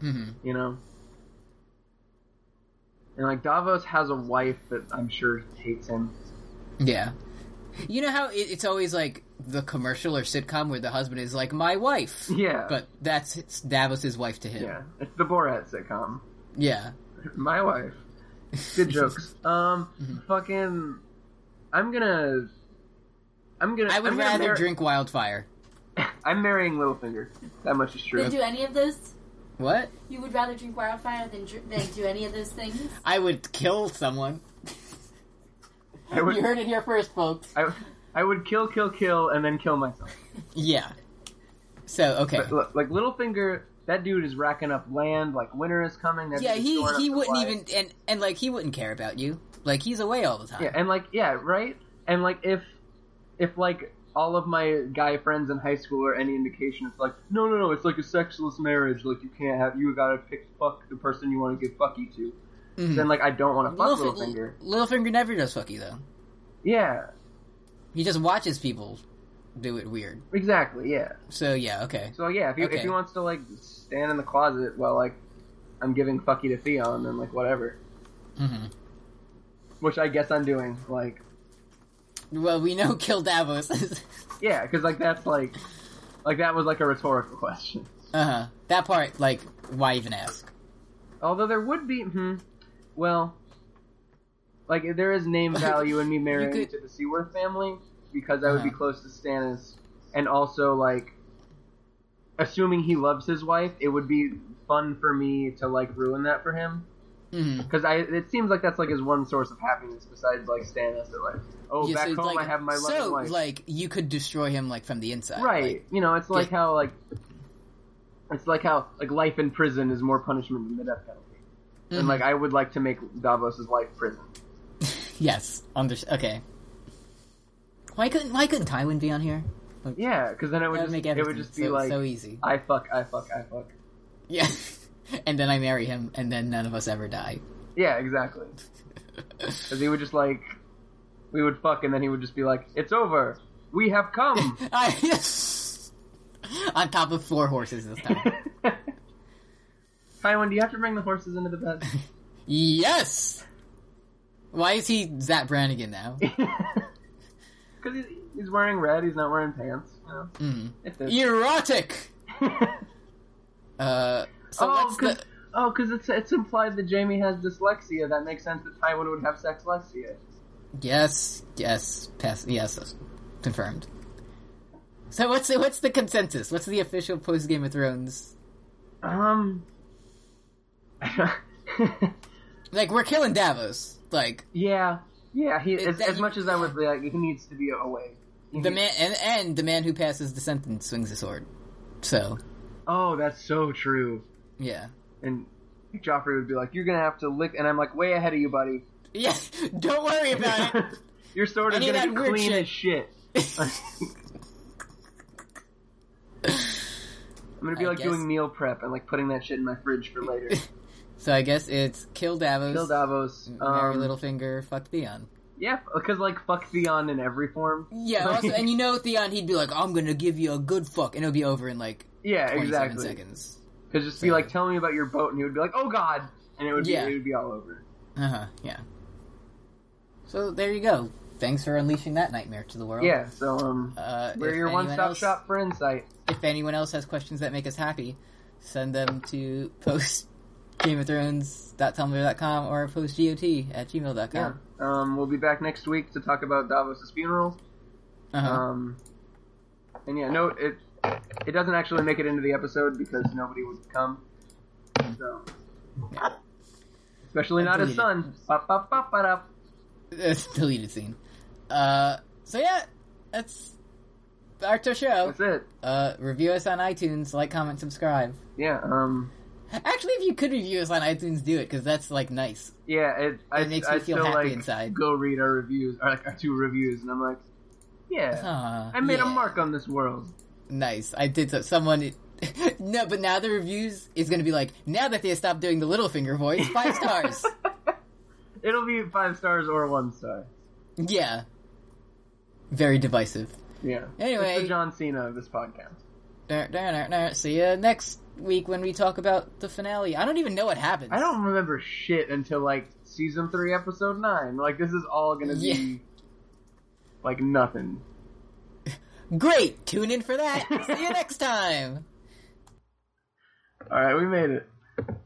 [SPEAKER 1] hmm
[SPEAKER 2] you know. And like Davos has a wife that I'm sure hates him.
[SPEAKER 1] Yeah. You know how it, it's always like the commercial or sitcom where the husband is like my wife,
[SPEAKER 2] Yeah.
[SPEAKER 1] but that's his- Davos's wife to him.
[SPEAKER 2] yeah, it's the Borat sitcom.
[SPEAKER 1] Yeah.
[SPEAKER 2] My wife. Good jokes. Um,
[SPEAKER 1] Mm-hmm.
[SPEAKER 2] fucking. I'm gonna. I'm gonna.
[SPEAKER 1] I would
[SPEAKER 2] am
[SPEAKER 1] rather
[SPEAKER 2] gonna mar-
[SPEAKER 1] drink wildfire.
[SPEAKER 2] I'm marrying Littlefinger. That much is true.
[SPEAKER 3] Than do any of those?
[SPEAKER 1] What?
[SPEAKER 3] You would rather drink wildfire than, dr- than do any of those things?
[SPEAKER 1] I would kill someone.
[SPEAKER 2] I would,
[SPEAKER 1] You heard it here first, folks.
[SPEAKER 2] I, I would kill, kill, kill, and then kill myself.
[SPEAKER 1] Yeah. So okay.
[SPEAKER 2] But, look, like Littlefinger, that dude is racking up land. Like winter is coming. that
[SPEAKER 1] yeah,
[SPEAKER 2] dude's
[SPEAKER 1] he
[SPEAKER 2] storing up
[SPEAKER 1] he wouldn't
[SPEAKER 2] supplies.
[SPEAKER 1] even and and like he wouldn't care about you. Like he's away all the time.
[SPEAKER 2] Yeah, and like yeah, right. And like if if like all of my guy friends in high school are any indication, it's like no, no, no. It's like a sexless marriage. Like you can't have. You gotta pick fuck the person you want to give fucky to.
[SPEAKER 1] Mhm.
[SPEAKER 2] Then like I don't want to fuck
[SPEAKER 1] Littlefi-
[SPEAKER 2] Littlefinger.
[SPEAKER 1] Littlefinger never does fuck you though.
[SPEAKER 2] Yeah,
[SPEAKER 1] He just watches people do it weird.
[SPEAKER 2] exactly. Yeah.
[SPEAKER 1] So yeah, okay.
[SPEAKER 2] So yeah, if he if
[SPEAKER 1] Okay.
[SPEAKER 2] he wants to like stand in the closet while like I'm giving fucky to Theon, then like whatever.
[SPEAKER 1] hmm
[SPEAKER 2] Which I guess I'm doing. Like
[SPEAKER 1] Well, we know kill Davos.
[SPEAKER 2] yeah, because like that's like like that was like a rhetorical question.
[SPEAKER 1] uh huh. That part, like, why even ask?
[SPEAKER 2] Although there would be, hmm, well, like there is name value in me marrying
[SPEAKER 1] could-
[SPEAKER 2] to the Seaworth family because I would be
[SPEAKER 1] Uh-huh.
[SPEAKER 2] close to Stannis, and also like, assuming he loves his wife, it would be fun for me to like ruin that for him
[SPEAKER 1] hmm
[SPEAKER 2] because I it seems like that's like his one source of happiness besides like Stannis. That like, oh, back home I have my loving
[SPEAKER 1] so
[SPEAKER 2] wife.
[SPEAKER 1] like you could destroy him like from the inside,
[SPEAKER 2] right?
[SPEAKER 1] Like,
[SPEAKER 2] you know, it's like
[SPEAKER 1] Yeah.
[SPEAKER 2] how like. It's like how like life in prison is more punishment than the death penalty.
[SPEAKER 1] mhm.
[SPEAKER 2] And like I would like to make Davos's life prison.
[SPEAKER 1] yes, under okay. Why couldn't Why couldn't Tywin be on here? Like,
[SPEAKER 2] Yeah, because then it would
[SPEAKER 1] that would
[SPEAKER 2] just
[SPEAKER 1] make
[SPEAKER 2] it
[SPEAKER 1] everything
[SPEAKER 2] would just be
[SPEAKER 1] so,
[SPEAKER 2] like
[SPEAKER 1] so e- easy.
[SPEAKER 2] I fuck, I fuck, I fuck.
[SPEAKER 1] Yeah, and then I marry him, and then none of us ever die.
[SPEAKER 2] Yeah, exactly. Because he would just like we would fuck, and then he would just be like, "It's over, we have come."
[SPEAKER 1] I, on top of four horses this time.
[SPEAKER 2] Tywin, do you have to bring the horses into the bed?
[SPEAKER 1] yes. Why is he Zat Brannigan now?
[SPEAKER 2] Because he, he's wearing red, he's not wearing pants. You know?
[SPEAKER 1] Mm.
[SPEAKER 2] It's it.
[SPEAKER 1] Erotic. Uh, so
[SPEAKER 2] oh,
[SPEAKER 1] what's
[SPEAKER 2] because
[SPEAKER 1] the
[SPEAKER 2] it's it's implied that Jamie has dyslexia. That makes sense that Tywin would have sexlexia.
[SPEAKER 1] Yes, yes, pass. Yes, confirmed. So what's the, what's the consensus? What's the official post Game of Thrones?
[SPEAKER 2] Um.
[SPEAKER 1] Like we're killing Davos. Like
[SPEAKER 2] yeah, yeah. He as,
[SPEAKER 1] that
[SPEAKER 2] as
[SPEAKER 1] you-
[SPEAKER 2] much as I would like, he needs to be away. He
[SPEAKER 1] the
[SPEAKER 2] needs-
[SPEAKER 1] man, and, and the man who passes the sentence swings a sword. So
[SPEAKER 2] Oh, that's so true.
[SPEAKER 1] yeah,
[SPEAKER 2] And Joffrey would be like, "You're gonna have to lick," and I'm like, "Way ahead of you, buddy.
[SPEAKER 1] yeah. Don't worry about it.
[SPEAKER 2] Your sword
[SPEAKER 1] I
[SPEAKER 2] is
[SPEAKER 1] need
[SPEAKER 2] gonna
[SPEAKER 1] that
[SPEAKER 2] be
[SPEAKER 1] weird
[SPEAKER 2] clean
[SPEAKER 1] shit."
[SPEAKER 2] as shit." I'm gonna be
[SPEAKER 1] I
[SPEAKER 2] like
[SPEAKER 1] guess-
[SPEAKER 2] doing meal prep and like putting that shit in my fridge for later.
[SPEAKER 1] So I guess it's kill Davos,
[SPEAKER 2] Kill Davos.
[SPEAKER 1] marry
[SPEAKER 2] Um,
[SPEAKER 1] Littlefinger, fuck Theon.
[SPEAKER 2] Yeah, because like fuck Theon in every form.
[SPEAKER 1] Yeah, also, and you know Theon, he'd be like, "I'm gonna give you a good fuck," and it'll be over in like
[SPEAKER 2] Yeah,
[SPEAKER 1] 27
[SPEAKER 2] exactly.
[SPEAKER 1] seconds.
[SPEAKER 2] Because just be like, tell me about your boat, and he would be like, oh god, and it would be,
[SPEAKER 1] Yeah.
[SPEAKER 2] it would be all over.
[SPEAKER 1] Uh huh. Yeah. So there you go. Thanks for unleashing that nightmare to the world.
[SPEAKER 2] Yeah. So um,
[SPEAKER 1] Uh,
[SPEAKER 2] we're
[SPEAKER 1] if
[SPEAKER 2] your
[SPEAKER 1] anyone
[SPEAKER 2] one-stop
[SPEAKER 1] else-
[SPEAKER 2] shop for insight.
[SPEAKER 1] If anyone else has questions that make us happy, send them to post Game of Thrones.tumblr.com or postgot at gmail.com.
[SPEAKER 2] Yeah. Um, we'll be back next week to talk about Davos's funeral.
[SPEAKER 1] Uh-huh.
[SPEAKER 2] Um, and yeah, no, it it doesn't actually make it into the episode because nobody would come. So. Especially not his son. Ba, ba, ba, ba, da.
[SPEAKER 1] It's a deleted scene. Uh, so yeah, that's our to show.
[SPEAKER 2] That's it.
[SPEAKER 1] Uh, review us on iTunes, like, comment, subscribe.
[SPEAKER 2] Yeah. Um.
[SPEAKER 1] Actually, if you could review us on iTunes, do it because that's like nice.
[SPEAKER 2] Yeah. It, I,
[SPEAKER 1] It makes
[SPEAKER 2] I
[SPEAKER 1] me feel
[SPEAKER 2] still,
[SPEAKER 1] happy
[SPEAKER 2] like,
[SPEAKER 1] inside.
[SPEAKER 2] Go read our reviews, or like our two reviews, and I'm like, yeah.
[SPEAKER 1] Aw,
[SPEAKER 2] I made a
[SPEAKER 1] Oh, yeah.
[SPEAKER 2] mark on this world.
[SPEAKER 1] Nice. I did so. Someone. no, but now the reviews is going to be like, now that they stopped doing the little finger voice, five stars.
[SPEAKER 2] It'll be five stars or one star.
[SPEAKER 1] yeah. Very divisive.
[SPEAKER 2] Yeah.
[SPEAKER 1] Anyway.
[SPEAKER 2] it's the John Cena of this podcast.
[SPEAKER 1] Dar- dar- dar- dar. See ya next week when we talk about the finale. I don't even know what happens.
[SPEAKER 2] I don't remember shit until like season three, episode nine. Like this is all gonna be.
[SPEAKER 1] Yeah.
[SPEAKER 2] Like nothing.
[SPEAKER 1] Great! Tune in for that. See you next time.
[SPEAKER 2] All right, we made it.